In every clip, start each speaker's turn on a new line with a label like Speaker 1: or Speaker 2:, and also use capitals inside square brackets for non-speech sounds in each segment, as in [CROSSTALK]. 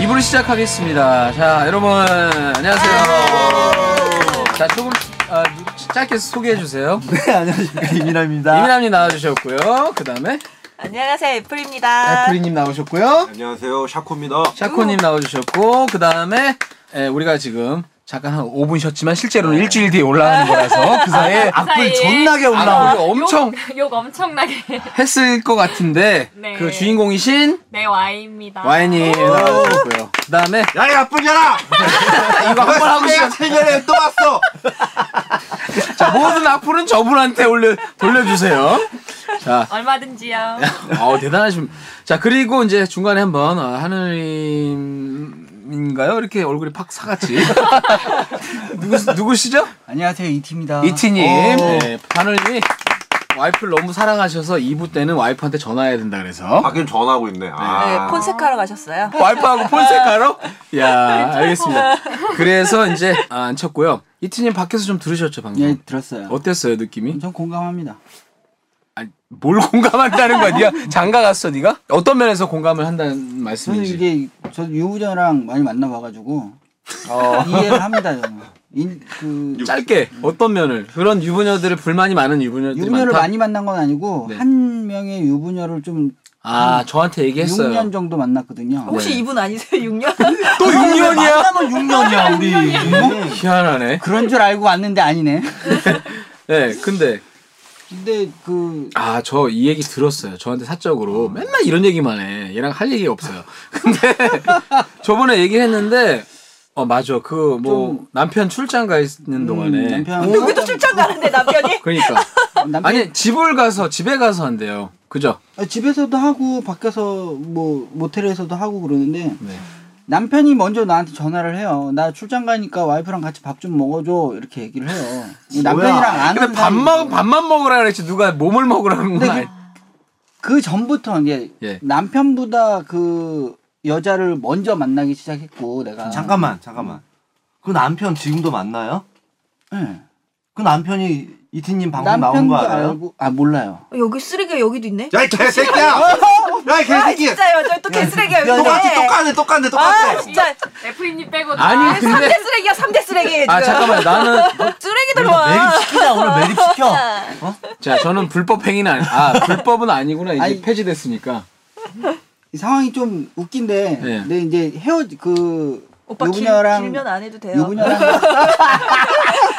Speaker 1: 이부를 시작하겠습니다. 자, 여러분, 안녕하세요. 자, 조금, 아, 누- 짧게 소개해주세요.
Speaker 2: [LAUGHS] 네, 안녕하십니까. 이민아입니다.
Speaker 1: 이민아님 나와주셨고요. 그 다음에,
Speaker 3: 안녕하세요 애플입니다.
Speaker 1: 애프리님 나오셨고요.
Speaker 2: 안녕하세요. 샤코입니다.
Speaker 1: 샤코님 나와주셨고, 그 다음에, 우리가 지금 잠깐 한 5분 쉬었지만, 실제로는
Speaker 2: 네.
Speaker 1: 일주일 뒤에
Speaker 2: 아.
Speaker 1: 올라가는 거라서, 그 사이에
Speaker 2: 악플
Speaker 4: 사이에.
Speaker 2: 존나게 올라오고.
Speaker 1: 악플을 엄청
Speaker 4: 욕, [LAUGHS] 욕 엄청나게 [LAUGHS]
Speaker 1: 했을 것 같은데,
Speaker 4: 네. 아.
Speaker 1: 그 주인공이신
Speaker 4: 내 와이입니다.
Speaker 1: 와인님 나와주셨고요. 그 다음에,
Speaker 2: 야, 이 악플이잖아!
Speaker 1: 이거 한번 하고
Speaker 2: 내가
Speaker 1: 시작.
Speaker 2: 체결해 또 왔어!
Speaker 1: 자, 모든 악플은 저분한테 올려, 돌려주세요. 자,
Speaker 4: 얼마든지요.
Speaker 1: 아우 대단하심. 자 그리고 이제 중간에 한번 아, 하늘님인가요? 이렇게 얼굴이 팍 사같이 [LAUGHS] 누구 누구시죠?
Speaker 2: 안녕하세요, 이티입니다.
Speaker 1: 이티님.
Speaker 2: 어.
Speaker 1: 네, 하늘님 와이프를 너무 사랑하셔서 2부 때는 와이프한테 전화해야 된다 그래서
Speaker 5: 가끔 전화하고 있네.
Speaker 3: 네,
Speaker 5: 아.
Speaker 3: 폰세카로 가셨어요.
Speaker 1: 아, 와이프하고 폰세카로. 야 알겠습니다. 그래서 이제 아, 안 쳤고요. 이티님 밖에서 좀 들으셨죠 방금?
Speaker 2: 예, 들었어요.
Speaker 1: 어땠어요 느낌이?
Speaker 2: 전 공감합니다.
Speaker 1: 아니, 뭘 공감한다는 거야? 네가 장가 갔어 네가? 어떤 면에서 공감을 한다는
Speaker 2: 저는
Speaker 1: 말씀인지.
Speaker 2: 이게, 저 유부녀랑 많이 만나봐가지고,
Speaker 1: 어.
Speaker 2: 이해를 합니다, 저는. 인, 그,
Speaker 1: 짧게 어떤 면을 그런 유부녀들을 불만이 많은 유부녀들이
Speaker 2: 유부녀를
Speaker 1: 많다.
Speaker 2: 많이 만난 건 아니고,
Speaker 1: 네.
Speaker 2: 한 명의 유부녀를 좀
Speaker 1: 아 저한테 얘기했어요.
Speaker 2: 6년 정도 만났거든요.
Speaker 3: 혹시
Speaker 1: 네.
Speaker 3: 이분 아니세요 6년?
Speaker 1: 또 6년이야?
Speaker 2: 만나면 6년이야, 우리. 어?
Speaker 1: 희한하네.
Speaker 2: 그런 줄 알고 왔는데 아니네.
Speaker 1: 네, 근데
Speaker 2: 근데 그,
Speaker 1: 아 저 이 얘기 들었어요. 저한테 사적으로 맨날 이런 얘기만 해. 얘랑 할 얘기 없어요. [LAUGHS] 근데 저번에 얘기했는데 어 맞아 그 뭐
Speaker 2: 좀-
Speaker 1: 남편 출장 가 있는 동안에
Speaker 3: 누구도 출장 가는데 남편이?
Speaker 1: 그러니까
Speaker 2: 음, 남편
Speaker 1: 아니 집을 가서 집에 가서 한대요. 그죠?
Speaker 2: 아, 집에서도 하고 밖에서 뭐 모텔에서도 하고 그러는데
Speaker 1: 네.
Speaker 2: 남편이 먼저 나한테 전화를 해요. 나 출장 가니까 와이프랑 같이 밥 좀 먹어줘 이렇게 얘기를 해요. 남편이랑 안
Speaker 1: 근데 밥만 밥만 먹으라 그랬지 누가 몸을 먹으라는 건
Speaker 2: 근데
Speaker 1: 아니.
Speaker 2: 그 전부터 이제
Speaker 1: 예.
Speaker 2: 남편보다 그 여자를 먼저 만나기 시작했고 내가
Speaker 6: 아, 잠깐만, 잠깐만. 그 남편 지금도 만나요?
Speaker 2: 예.
Speaker 6: 그 남편이 이티님 방송 나온
Speaker 2: 남편도
Speaker 6: 거 알아요?
Speaker 2: 알고 아 몰라요.
Speaker 3: 어, 여기 쓰레기가 여기도 있네.
Speaker 5: 야, 이 개새끼야! 야, 이
Speaker 3: 아
Speaker 5: 개새끼야!
Speaker 3: 진짜요 저또 개쓰레기가 여기
Speaker 5: 똑같이
Speaker 3: 있네.
Speaker 5: 똑같네, 똑같네,
Speaker 3: 아
Speaker 5: 똑같네.
Speaker 3: 진짜
Speaker 4: 애프리님 E
Speaker 2: 그-
Speaker 4: 빼고 다
Speaker 1: 아니 근데
Speaker 3: 3대 쓰레기야 3대 쓰레기 지금.
Speaker 1: 아 잠깐만 나는
Speaker 3: 쓰레기
Speaker 2: 아,
Speaker 3: 들어와.
Speaker 6: 시키자, 오늘 매립 시켜. 어?
Speaker 1: 자 저는 불법 행위는 아니, 아 불법은 아니구나 이제
Speaker 2: 아니.
Speaker 1: 폐지됐으니까
Speaker 2: 이 상황이 좀 웃긴데
Speaker 1: 예.
Speaker 2: 근데 이제 헤어 그
Speaker 3: 오빠 길,
Speaker 2: 유부녀랑
Speaker 3: 길면 안 해도 돼요.
Speaker 2: 유부녀랑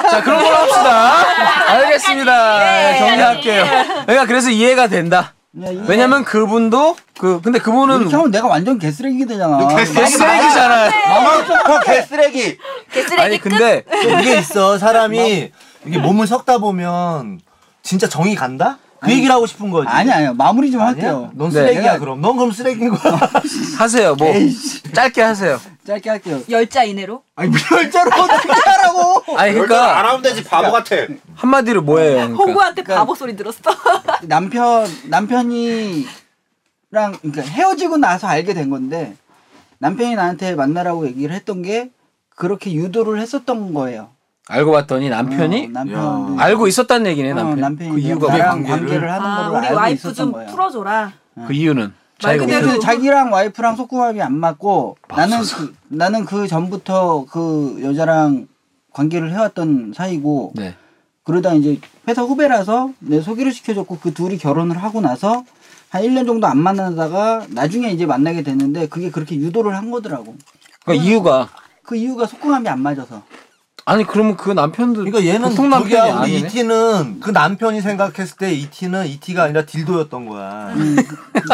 Speaker 1: 자 그런 걸로
Speaker 2: [LAUGHS]
Speaker 1: 합시다 알겠습니다 네, 정리할게요 그러니까 그래서 이해가 된다
Speaker 2: 그냥 예. 네, 이-
Speaker 1: 왜냐면 그분도 그 근데 그분은
Speaker 2: 이렇게 하면 내가 완전 개쓰레기 되잖아.
Speaker 1: 쓰레기잖아요
Speaker 6: 형 개쓰레기.
Speaker 3: 개쓰레기
Speaker 1: 아니 근데
Speaker 6: 이게 있어, 사람이 이게 몸을 섞다 보면 진짜 정이 간다? 그 얘기를 하고 싶은 거지.
Speaker 2: 아니 아니요 마무리 좀
Speaker 6: 아니야?
Speaker 2: 할게요.
Speaker 6: 넌
Speaker 1: 네.
Speaker 6: 쓰레기야
Speaker 2: 내가-
Speaker 6: 그럼. 넌 그럼 쓰레기인 거야.
Speaker 1: 하세요 뭐 짧게 하세요
Speaker 2: 짧게 할게요.
Speaker 3: 열자 이내로.
Speaker 2: 아니 별자로 어떻게 하라고?
Speaker 1: 아니 그러니까
Speaker 5: 하면 되지, 바보 같아.
Speaker 1: 한마디로 뭐예요 그러니까
Speaker 3: 호구한테 바보 소리 들었어.
Speaker 2: 남편 남편이랑 그러니까 헤어지고 나서 알게 된 건데 남편이 나한테 만나라고 얘기를 했던 게 그렇게 유도를 했었던 거예요.
Speaker 1: 알고 봤더니 남편이
Speaker 2: 어, 남편이
Speaker 1: 알고 있었다는 얘기네
Speaker 2: 어,
Speaker 1: 남편
Speaker 2: 남편이
Speaker 1: 그
Speaker 2: 이제
Speaker 1: 이유가 왜
Speaker 2: 나랑
Speaker 1: 관계를-
Speaker 2: 관계를 하는
Speaker 3: 아
Speaker 2: 걸로
Speaker 3: 우리
Speaker 2: 알고
Speaker 3: 와이프
Speaker 2: 있었던
Speaker 3: 좀
Speaker 2: 거예요.
Speaker 3: 풀어줘라.
Speaker 1: 그 이유는
Speaker 3: 말
Speaker 1: 자기가
Speaker 3: 그대로
Speaker 1: 없어요.
Speaker 2: 근데 자기랑 와이프랑 속궁합이 안 맞고 나는 그, 나는 그 전부터 그 여자랑 관계를 해왔던 사이고
Speaker 1: 네
Speaker 2: 그러다 이제 회사 후배라서 내 소개를 시켜줬고 그 둘이 결혼을 하고 나서 한 1년 정도 안 만나다가 나중에 이제 만나게 됐는데 그게 그렇게 유도를 한 거더라고.
Speaker 1: 그러니까 이유가
Speaker 2: 그 이유가 속궁함이 안 맞아서.
Speaker 1: 아니 그러면 그 남편도
Speaker 6: 그러니까 얘는
Speaker 1: 보통 남편이
Speaker 6: 저기야, 우리
Speaker 1: 아니네.
Speaker 6: 이티는 그 남편이 생각했을 때 이티는 이티가 아니라 딜도였던 거야.
Speaker 1: 음.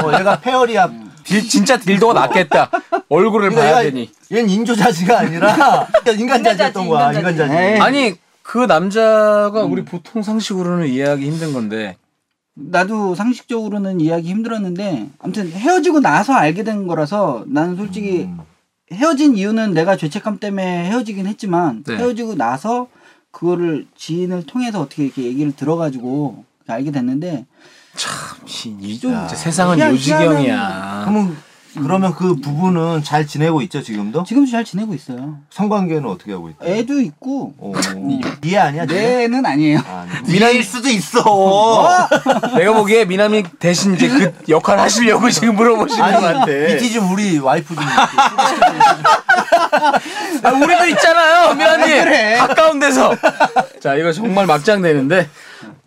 Speaker 6: 어, 얘가 페어리야.
Speaker 1: 딜- 진짜 딜도가 낫겠다. 얼굴을
Speaker 6: 그러니까
Speaker 1: 음. 봐야
Speaker 6: 얘가
Speaker 1: 되니.
Speaker 6: 얘는 인조자지가
Speaker 1: [LAUGHS]
Speaker 6: 아니라 그러니까 인간자지였던 네. 거야.
Speaker 3: 인간자지,
Speaker 6: 인간자지.
Speaker 2: 에이.
Speaker 6: 음.
Speaker 1: 아니 그 남자가 우리 보통 상식으로는 이해하기 힘든 건데
Speaker 2: 나도 상식적으로는 이해하기 힘들었는데 아무튼 헤어지고 나서 알게 된 거라서 나는 솔직히 헤어진 이유는 내가 죄책감 때문에 헤어지긴 했지만
Speaker 1: 네.
Speaker 2: 헤어지고 나서 그거를 지인을 통해서 어떻게 이렇게 얘기를 들어가지고 알게 됐는데
Speaker 1: 좀
Speaker 6: 야.
Speaker 1: 진짜 세상은
Speaker 2: 희한-
Speaker 1: 요지경이야.
Speaker 6: 아. 그러면 그러면 그 부부는 잘 지내고 있죠 지금도?
Speaker 2: 지금도 잘 지내고 있어요.
Speaker 6: 성관계는 어떻게 하고 있대?
Speaker 2: 애도 있고
Speaker 6: 어, 이해 아니야? 지금?
Speaker 2: 내는 아니에요.
Speaker 6: 아, 아니야.
Speaker 1: 네. 미남일 그
Speaker 6: 수도 있어.
Speaker 1: 내가 보기에 미남이 대신 이제 그 역할 하시려고 지금 물어보시는 것 같아.
Speaker 6: 이티 좀 우리 와이프 좀.
Speaker 1: 아, 우리도 있잖아요, 미안님. 가까운 [LAUGHS] 데서. 자, 이거 정말 막장되는데.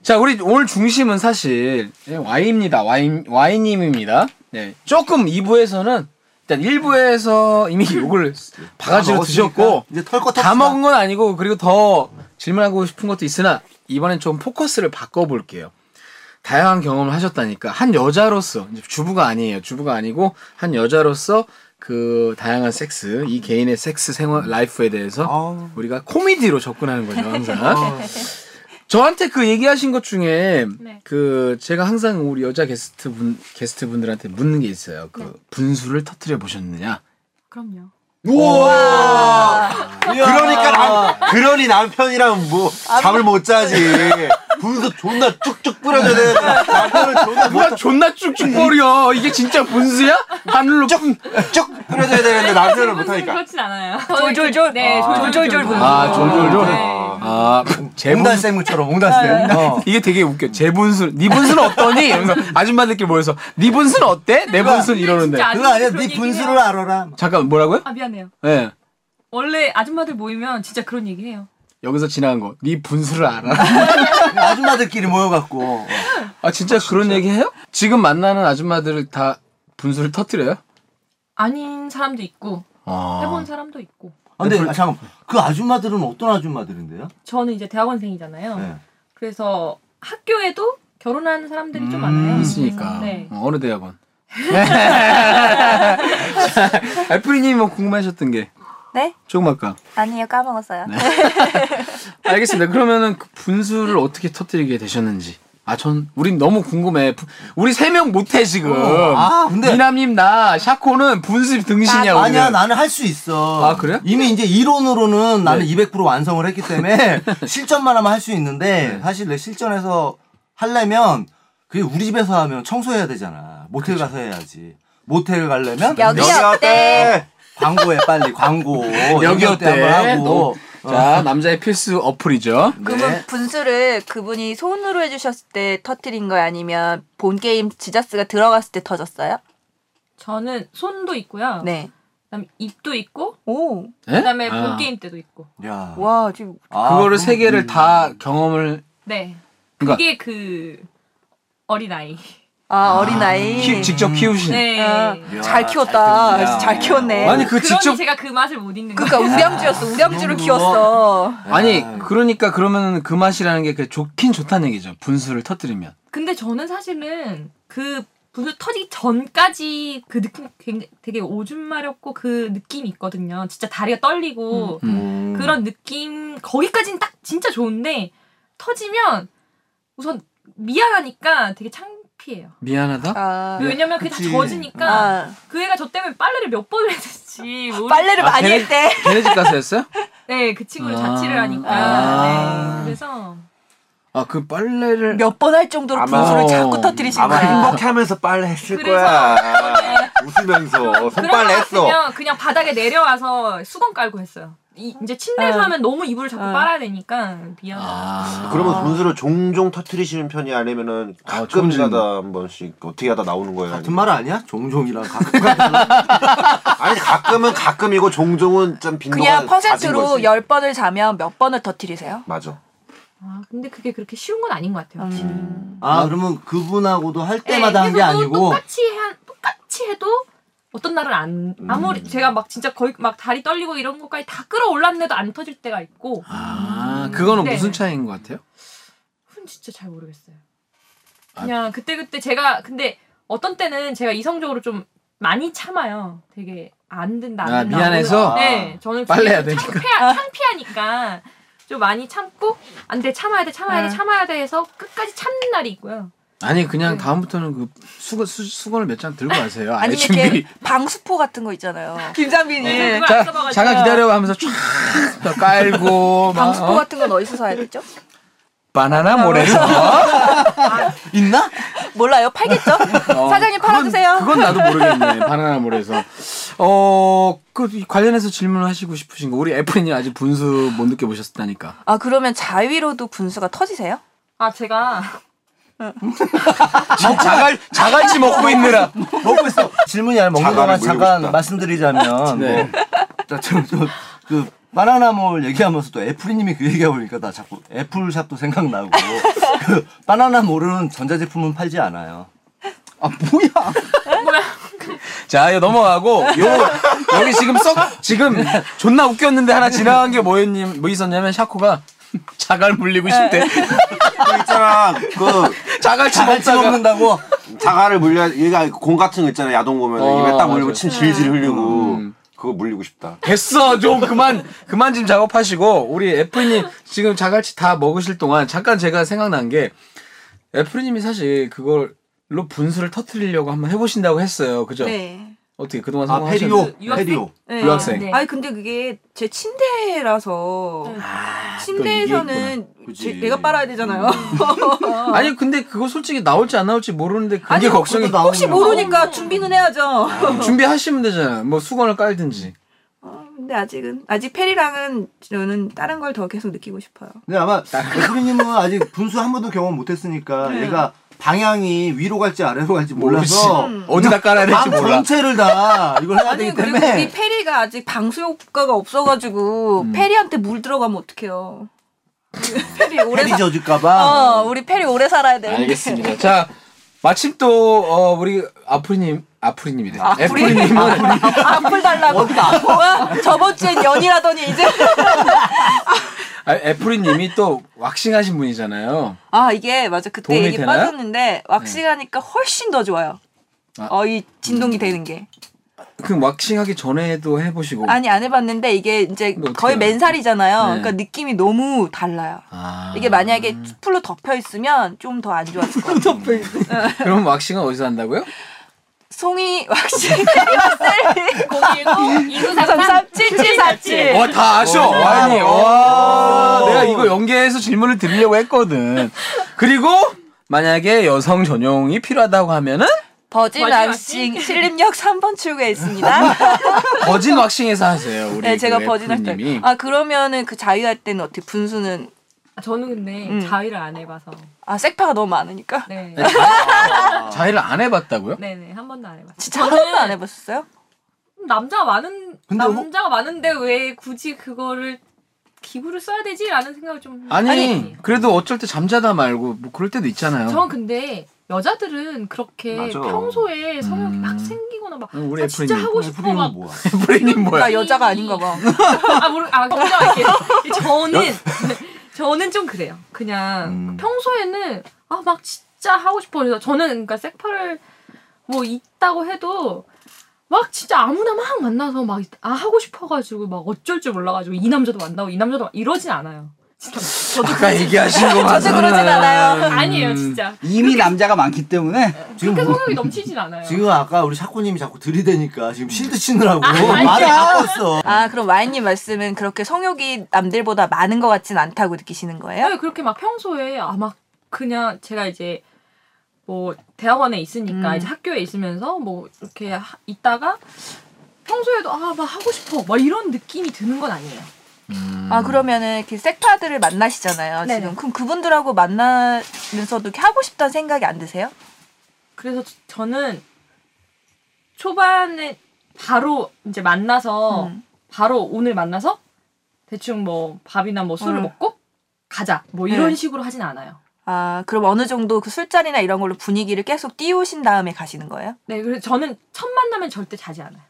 Speaker 1: 자, 우리 오늘 중심은 사실 예, Y입니다. Y Y님입니다. 네, 조금 2부에서는 일단 1부에서 [LAUGHS] 이미 욕을 바가지로 드셨고
Speaker 6: 이제 털것
Speaker 1: 다 먹은 건 아니고 그리고 더 질문하고 싶은 것도 있으나 이번엔 좀 포커스를 바꿔볼게요. 다양한 경험을 하셨다니까 한 여자로서 이제 주부가 아니에요. 주부가 아니고 한 여자로서 그 다양한 섹스 이 개인의 섹스 생활 라이프에 대해서
Speaker 6: 아우.
Speaker 1: 우리가 코미디로 접근하는 거죠 항상. 저한테 그 얘기하신 것 중에
Speaker 4: 네.
Speaker 1: 그 제가 항상 우리 여자 게스트 분 게스트 분들한테 묻는 게 있어요. 그 분수를 터트려 보셨느냐?
Speaker 4: 그럼요.
Speaker 6: 그러니까 남, 그러니 남편이랑 뭐 잠을 못 자지. 분수 존나 쭉쭉 뿌려줘야 돼. 남편은 존나
Speaker 1: 누가 아, 존나 쭉쭉 버려. 이게 진짜 분수야? 네. 하늘로 쭉.
Speaker 6: 쭉 뿌려줘야 되는데 남편은 못 하니까.
Speaker 4: 그렇진 않아요.
Speaker 3: 졸졸졸.
Speaker 4: 네,
Speaker 3: 졸졸졸
Speaker 4: 졸졸졸
Speaker 3: 분수.
Speaker 1: 아, 졸졸졸.
Speaker 4: 네.
Speaker 1: 아, 재분.
Speaker 6: 몽단 쌤처럼 몽단 쌤. 어.
Speaker 1: 이게 되게 웃겨. 제 분수, 네 분수는 어떠니? 이러면서 아줌마들끼리 모여서 네 분수는 어때? 내 분수는 이러는데.
Speaker 4: 진짜
Speaker 6: 그거 아니야?
Speaker 4: 그런
Speaker 6: 네
Speaker 4: 얘기는-
Speaker 6: 분수를 알아라.
Speaker 1: 잠깐 뭐라고요?
Speaker 4: 아 미안해요.
Speaker 1: 예.
Speaker 4: 원래 아줌마들 모이면 진짜 그런 얘기해요.
Speaker 1: 여기서 지나간 거. 네 분수를 알아.
Speaker 6: 아줌마들끼리 모여갖고. 어.
Speaker 1: 아 진짜 그런 얘기 해요? 지금 만나는 아줌마들을 다 분수를 터뜨려요?
Speaker 4: 아닌 사람도 있고
Speaker 1: 아.
Speaker 4: 해본 사람도 있고.
Speaker 6: 아, 근데 아, 잠깐 그 아줌마들은 어떤 아줌마들인데요?
Speaker 4: 저는 이제 대학원생이잖아요.
Speaker 6: 네.
Speaker 4: 그래서 학교에도 결혼한 사람들이
Speaker 1: 음,
Speaker 4: 좀 많아요.
Speaker 1: 있으니까.
Speaker 4: 네.
Speaker 1: 어, 어느 대학원? 네.
Speaker 4: [LAUGHS]
Speaker 1: [LAUGHS] 애플이님 뭐 궁금하셨던 게
Speaker 3: 네?
Speaker 1: 조금 아까
Speaker 3: 아니에요. 까먹었어요.
Speaker 1: 알겠습니다. 그러면은 그 분수를 어떻게 터뜨리게 되셨는지. 아, 전, 우린 너무 궁금해. 부- 우리 세 명 못해, 지금.
Speaker 6: 아, 근데-
Speaker 1: 미남님, 나, 샤코는 분수 등신이야, 우리.
Speaker 6: 아니야 나는 할 수 있어.
Speaker 1: 아, 그래요? 네.
Speaker 6: 이미 이제 이론으로는 나는 200% 완성을 했기
Speaker 1: [LAUGHS]
Speaker 6: 때문에 실전만 하면 할 수
Speaker 1: 네.
Speaker 6: 있는데 사실 내 실전에서 하려면 그게 우리 집에서 하면 청소해야 되잖아. 모텔
Speaker 1: 그렇죠.
Speaker 6: 가서 해야지. 모텔 가려면
Speaker 3: 여기 어때?
Speaker 6: 광고에 빨리 광고
Speaker 1: [LAUGHS] 여기 어때?
Speaker 6: 뭐 한번 하고 어. 네.
Speaker 1: 너- 자, 남자의 필수 어플이죠.
Speaker 3: 그러면 분수를 그분이 손으로 해주셨을 때 터트린 거예요? 아니면 본 게임 지자스가 들어갔을 때 터졌어요?
Speaker 4: 저는 손도 있고요.
Speaker 3: 네.
Speaker 4: 그다음에 입도 있고
Speaker 3: 오.
Speaker 1: 예?
Speaker 4: 그다음에
Speaker 1: 아,
Speaker 4: 본 게임 때도 있고.
Speaker 6: 야.
Speaker 3: 와 지금
Speaker 6: 아,
Speaker 1: 그거를
Speaker 6: 그럼-
Speaker 1: 세 개를 다 경험을.
Speaker 4: 네.
Speaker 1: 그러니까-
Speaker 4: 그게 그
Speaker 1: [LAUGHS]
Speaker 4: 어린 아이.
Speaker 3: 아 어린 아이.
Speaker 1: 키- 직접
Speaker 6: 음.
Speaker 1: 키우신.
Speaker 4: 네.
Speaker 3: 아, 잘
Speaker 6: 이야, 잘
Speaker 3: 키웠다.
Speaker 6: 키웠네.
Speaker 3: 잘 키웠네.
Speaker 1: 아니, 그
Speaker 4: 그러니
Speaker 1: 직접.
Speaker 4: 제가 그 맛을 못 잊는 거예요.
Speaker 3: 그러니까 우량주였어. 우량주를 키웠어.
Speaker 1: 아니, 그러니까 그러면 그 맛이라는 게 그 좋긴 좋다는 얘기죠. 분수를 터뜨리면.
Speaker 4: 그, 근데 저는 사실은 그 분수 터지기 전까지 그 느낌 굉장히 되게 오줌 마렵고 그 느낌이 있거든요. 진짜 다리가 떨리고
Speaker 1: 음.
Speaker 6: 음.
Speaker 4: 그런 느낌 거기까지는 딱 진짜 좋은데 터지면 우선 미안하니까 되게 창피해요.
Speaker 1: 미안하다?
Speaker 3: 아,
Speaker 4: 왜냐면 네. 그게
Speaker 6: 그치.
Speaker 4: 다 젖으니까
Speaker 3: 아,
Speaker 4: 그 애가 저 때문에 빨래를 몇 번을 했는지 모르...
Speaker 3: 빨래를
Speaker 1: 아,
Speaker 3: 많이
Speaker 1: 걔네-
Speaker 3: 했대.
Speaker 1: 걔네 집 가서 했어요?
Speaker 4: 네, 그 친구를
Speaker 1: 아.
Speaker 4: 자취를 하니까
Speaker 1: 아.
Speaker 4: 네, 그래서
Speaker 1: 아, 그 빨래를.
Speaker 3: 몇 번 할 정도로
Speaker 5: 아마-
Speaker 3: 분수를 자꾸 터뜨리신
Speaker 5: 아마
Speaker 3: 거야.
Speaker 5: 행복해하면서 빨래 했을
Speaker 4: 그래서-
Speaker 5: 거야. 웃으면서
Speaker 4: 그런
Speaker 5: 손빨래
Speaker 4: 거
Speaker 5: 했어.
Speaker 4: 같으면 그냥 바닥에 내려와서 수건 깔고 했어요. 이, 이제 침대에서
Speaker 3: 아.
Speaker 4: 하면 너무 이불을 자꾸
Speaker 3: 아.
Speaker 4: 빨아야 되니까 미안해.
Speaker 1: 아.
Speaker 5: 그러면 분수를 종종 터트리시는 편이 아니면은
Speaker 1: 아, 좋은 질문.
Speaker 5: 가끔가다 한 번씩 어떻게 하다 나오는 거예요?
Speaker 6: 같은 말 아니야? 종종이랑 가끔
Speaker 5: [LAUGHS] 아니 가끔은 가끔이고 종종은 좀 빈도가
Speaker 3: 그냥
Speaker 5: 잦은
Speaker 3: 퍼센트로
Speaker 5: 거지.
Speaker 3: 열 번을 자면 몇 번을 터뜨리세요?
Speaker 5: 맞아.
Speaker 4: 아, 근데 그게 그렇게 쉬운 건 아닌 것 같아요.
Speaker 3: 음.
Speaker 6: 아 그러면 그분하고도 할 때마다
Speaker 4: 네,
Speaker 6: 한 게
Speaker 4: 그래서 또
Speaker 6: 아니고
Speaker 4: 똑같이 해, 똑같이 해도 어떤 날은 안
Speaker 6: 음.
Speaker 4: 아무리 제가 막 진짜 거의 막 다리 떨리고 이런 것까지 다 끌어올랐는데도 안 터질 때가 있고
Speaker 1: 아, 그거는
Speaker 4: 네.
Speaker 1: 무슨 차이인 것 같아요?
Speaker 4: 그건 진짜 잘 모르겠어요.
Speaker 1: 아,
Speaker 4: 그냥 그때 그때 제가 근데 어떤 때는 제가 이성적으로 좀 많이 참아요. 되게 안 된다. 안
Speaker 1: 아,
Speaker 4: 된다.
Speaker 1: 미안해서?
Speaker 4: 네, 저는
Speaker 1: 빨래해야
Speaker 4: 그게 좀
Speaker 1: 되니까.
Speaker 4: 창피하, 창피하니까 좀 많이 참고 안 돼 참아야 돼 참아야 돼
Speaker 3: 응.
Speaker 4: 참아야 돼 해서 끝까지 참는 날이 있고요.
Speaker 1: 아니 그냥 다음부터는 그 수건 수, 수건을 몇 잔 들고 가세요. 아예
Speaker 3: 아니면
Speaker 1: 준비.
Speaker 3: 이렇게 방수포 같은 거 있잖아요. 네. 김장빈이
Speaker 4: 그거
Speaker 1: 네,
Speaker 4: 안
Speaker 1: 자,
Speaker 4: 써봐가지고요.
Speaker 1: 잠깐 기다려 하면서 쫙 [LAUGHS] 깔고 막
Speaker 3: 방수포
Speaker 1: 어?
Speaker 3: 같은 건 어디서 사야 되죠?
Speaker 1: 바나나 모래에서
Speaker 6: 있나?
Speaker 3: 몰라요. 팔겠죠? 사장님 팔아주세요.
Speaker 1: 그건 나도 모르겠네. 바나나 모래에서. 어, 그 관련해서 질문하시고 싶으신 거. 우리 애플님 아직 분수 못 느껴 보셨다니까.
Speaker 3: 아 그러면 자위로도 분수가 터지세요?
Speaker 4: 아 제가
Speaker 1: 자갈 자갈치 먹고 있느라.
Speaker 6: 먹고 있어. 질문이 아니라 먹는
Speaker 5: 자갈을
Speaker 6: 거만
Speaker 5: 물리고
Speaker 6: 잠깐
Speaker 5: 싶다.
Speaker 6: 말씀드리자면
Speaker 1: 네.
Speaker 6: 뭐, 자, 지금 저, 그 바나나몰 얘기하면서 또 애플이님이 그 얘기하고 보니까 나 자꾸 애플샵도 생각나고 그 바나나몰은 전자제품은 팔지 않아요.
Speaker 2: 아 뭐야?
Speaker 1: 자, 이거 넘어가고 요 여기 지금 썩 지금 존나 웃겼는데 하나 지나간 게 뭐였니? 뭐 있었냐면 샤코가 [LAUGHS]
Speaker 7: 아,
Speaker 1: 자갈 물리고 싶대.
Speaker 5: 그 있잖아 그
Speaker 6: [LAUGHS]
Speaker 1: 자갈치
Speaker 6: 갈치
Speaker 1: 먹다가
Speaker 6: 먹는다고
Speaker 5: 자갈을 물려 얘가 공 같은 거 있잖아 야동 보면
Speaker 1: 어,
Speaker 5: 입에 딱
Speaker 1: 맞아요.
Speaker 5: 물리면 침 질질
Speaker 6: 음,
Speaker 5: 흘리고 그거 물리고 싶다.
Speaker 1: 됐어 좀 그만 그만 좀 작업하시고 우리 애플님 지금 자갈치 다 먹으실 동안 잠깐 제가 생각난 게 애플님이 사실 그걸로 분수를 터트리려고 한번 해보신다고 했어요 그죠?
Speaker 3: 네.
Speaker 1: 어떻게 그동안
Speaker 6: 아
Speaker 1: 성공하셨나요?
Speaker 6: 페리오
Speaker 4: 유학생?
Speaker 6: 페리오
Speaker 3: 네. 네.
Speaker 1: 유학생.
Speaker 4: 네.
Speaker 3: 아니 근데 그게 제 침대라서
Speaker 1: 아,
Speaker 3: 침대에서는
Speaker 6: 그치.
Speaker 3: 제- 내가 빨아야 되잖아요.
Speaker 1: 음.
Speaker 3: [LAUGHS]
Speaker 1: 아니 근데 그거 솔직히 나올지 안 나올지 모르는데 그게
Speaker 3: 아니,
Speaker 1: 걱정이
Speaker 6: 그것도 나오면-
Speaker 3: 혹시 모르니까 준비는 해야죠.
Speaker 1: 준비하시면 되잖아요 뭐 수건을 깔든지
Speaker 3: 어, [LAUGHS] 근데 아직은 아직 페리랑은 저는 다른 걸 더 계속 느끼고 싶어요.
Speaker 6: 근데 아마 애플이님은 아직 분수 한 번도 경험 못했으니까 얘가 방향이 위로 갈지 아래로 갈지 몰라서
Speaker 1: 모르지. 어디다 깔아야 될지
Speaker 6: 방
Speaker 1: 몰라
Speaker 6: 전체를 다 이걸 해야
Speaker 3: 아니
Speaker 6: 되기
Speaker 3: 그리고
Speaker 6: 때문에
Speaker 3: 우리 페리가 아직 방수 효과가 없어가지고
Speaker 1: 음.
Speaker 3: 페리한테 물 들어가면
Speaker 1: [LAUGHS]
Speaker 3: 어떡해요. 페리 오래
Speaker 6: [LAUGHS] 페리
Speaker 3: 사.
Speaker 6: 젖을까봐
Speaker 3: 어 우리 페리 오래 살아야 돼. [LAUGHS]
Speaker 1: 알겠습니다 자 마침 또 어, 우리 아프리님 아프리님이래
Speaker 3: 아프리?
Speaker 1: 애플님은 [LAUGHS]
Speaker 3: [LAUGHS] 악플 달라고. 와, 저번 주엔 연이라더니 이제
Speaker 1: 아, 애플이님이 또 왁싱하신 분이잖아요.
Speaker 3: 아 이게 맞아 그때
Speaker 1: 도움이
Speaker 3: 얘기
Speaker 1: 되나요? 네.
Speaker 3: 빠졌는데 왁싱하니까 훨씬 더 좋아요.
Speaker 1: 아.
Speaker 3: 어 이 진동이 되는 게
Speaker 1: 그럼 왁싱하기 전에도 해보시고.
Speaker 3: 아니 안 해봤는데 이게 이제
Speaker 1: 근데 어떻게
Speaker 3: 거의
Speaker 1: 알아요?
Speaker 3: 맨살이잖아요.
Speaker 1: 네.
Speaker 3: 그러니까 느낌이 너무 달라요.
Speaker 1: 아.
Speaker 3: 이게 만약에 풀로 덮여 있으면 좀 더 안 좋았을 것 같아요. [LAUGHS]
Speaker 1: 그럼 왁싱은 어디서 한다고요?
Speaker 3: 송이 [LAUGHS] 왁싱 왁싱
Speaker 4: 010 2933
Speaker 3: 337747
Speaker 1: 와, 다 아셔! 와, 어, 아니, 와. 내가 이거 연계해서 질문을 드리려고 했거든. 그리고, 만약에 여성 전용이 필요하다고 [LAUGHS] 하면은,
Speaker 3: 버진
Speaker 4: 버진
Speaker 3: 왁싱 신림역 3번 출구에 있습니다.
Speaker 1: 버진 왁싱에서 하세요. [LAUGHS] 우리
Speaker 3: 네 제가
Speaker 1: 그
Speaker 3: 버진
Speaker 1: 애플님이.
Speaker 3: 할때 아 그러면은 그 자유할 때는 어떻게 분수는
Speaker 4: 저는 근데
Speaker 3: 음.
Speaker 4: 자위를 안 해봐서
Speaker 3: 아 색파가 너무 많으니까
Speaker 4: 네
Speaker 1: 자위를 안 해봤다고요?
Speaker 4: 네네 한 번도 안 해봤어요.
Speaker 3: 진짜 한 번도 안 해봤었어요?
Speaker 4: 남자가 많은
Speaker 6: 근데 뭐-
Speaker 4: 남자가 많은데 왜 굳이 그거를 기구를 써야 되지라는 생각을 좀
Speaker 1: 아니,
Speaker 4: 아니,
Speaker 1: 그래도 어쩔 때 잠자다 말고, 뭐 그럴 때도 있잖아요.
Speaker 4: 전 근데 여자들은 그렇게
Speaker 5: 맞아.
Speaker 4: 평소에 성욕이
Speaker 1: 음.
Speaker 4: 막 생기거나 막
Speaker 1: 응, 음, 우리
Speaker 4: 아, 진짜
Speaker 1: 애플이님.
Speaker 4: 하고 싶어
Speaker 6: 애플이님은
Speaker 4: 막
Speaker 6: 뭐야
Speaker 1: [LAUGHS] 애플이님 뭐야?
Speaker 3: 나 여자가
Speaker 1: [LAUGHS]
Speaker 3: 아닌가 봐.
Speaker 4: 아, 모르, 아,
Speaker 6: [LAUGHS]
Speaker 4: 걱정할게요. 저는, 네, 저는 좀 그래요. 그냥
Speaker 6: 음.
Speaker 4: 평소에는, 아, 막 진짜 하고 싶어. 그래서 저는, 그러니까 색파를 뭐 있다고 해도, 막 진짜 아무나 막 만나서 막, 아, 하고 싶어가지고, 막 어쩔 줄 몰라가지고, 이 남자도 만나고, 이 남자도 만- 이러진 않아요. 진짜. 저도
Speaker 1: 아까 얘기하신 거 맞아. 네,
Speaker 3: 그러진
Speaker 6: 음.
Speaker 3: 않아요.
Speaker 4: 아니에요, 진짜.
Speaker 2: 이미 남자가 많기 때문에
Speaker 6: 지금
Speaker 4: 그렇게
Speaker 6: 뭐-
Speaker 4: 성욕이 넘치진 않아요.
Speaker 6: 지금 아까 우리 샤코님이 자꾸 들이대니까 지금 실드 치느라고
Speaker 4: 아니야.
Speaker 6: 말이 바꿨어.
Speaker 3: 아 그럼 와인님 말씀은 그렇게 성욕이 남들보다 많은 것 같진 않다고 느끼시는 거예요?
Speaker 4: 아니, 네, 그렇게 막 평소에, 아, 막, 그냥 제가 이제, 뭐, 대학원에 있으니까,
Speaker 3: 음.
Speaker 4: 이제 학교에 있으면서, 뭐, 이렇게 하- 있다가, 평소에도, 아, 막 하고 싶어. 막 이런 느낌이 드는 건 아니에요.
Speaker 3: 아 그러면은 이렇게 섹파들을 만나시잖아요
Speaker 4: 네네.
Speaker 3: 지금 그럼 그분들하고 만나면서도 이렇게 하고 싶다는 생각이 안 드세요?
Speaker 4: 그래서 저- 저는 초반에 바로 이제 만나서,
Speaker 3: 음.
Speaker 4: 바로 오늘 만나서, 대충 뭐, 밥이나 뭐 술을
Speaker 3: 음.
Speaker 4: 먹고, 가자. 뭐 이런
Speaker 3: 네.
Speaker 4: 식으로 하진 않아요.
Speaker 3: 아 그럼 어느 정도 그 술자리나 이런 걸로 분위기를 계속 띄우신 다음에 가시는 거예요?
Speaker 4: 네, 그래서 저는 첫 만나면 절대 자지 않아요.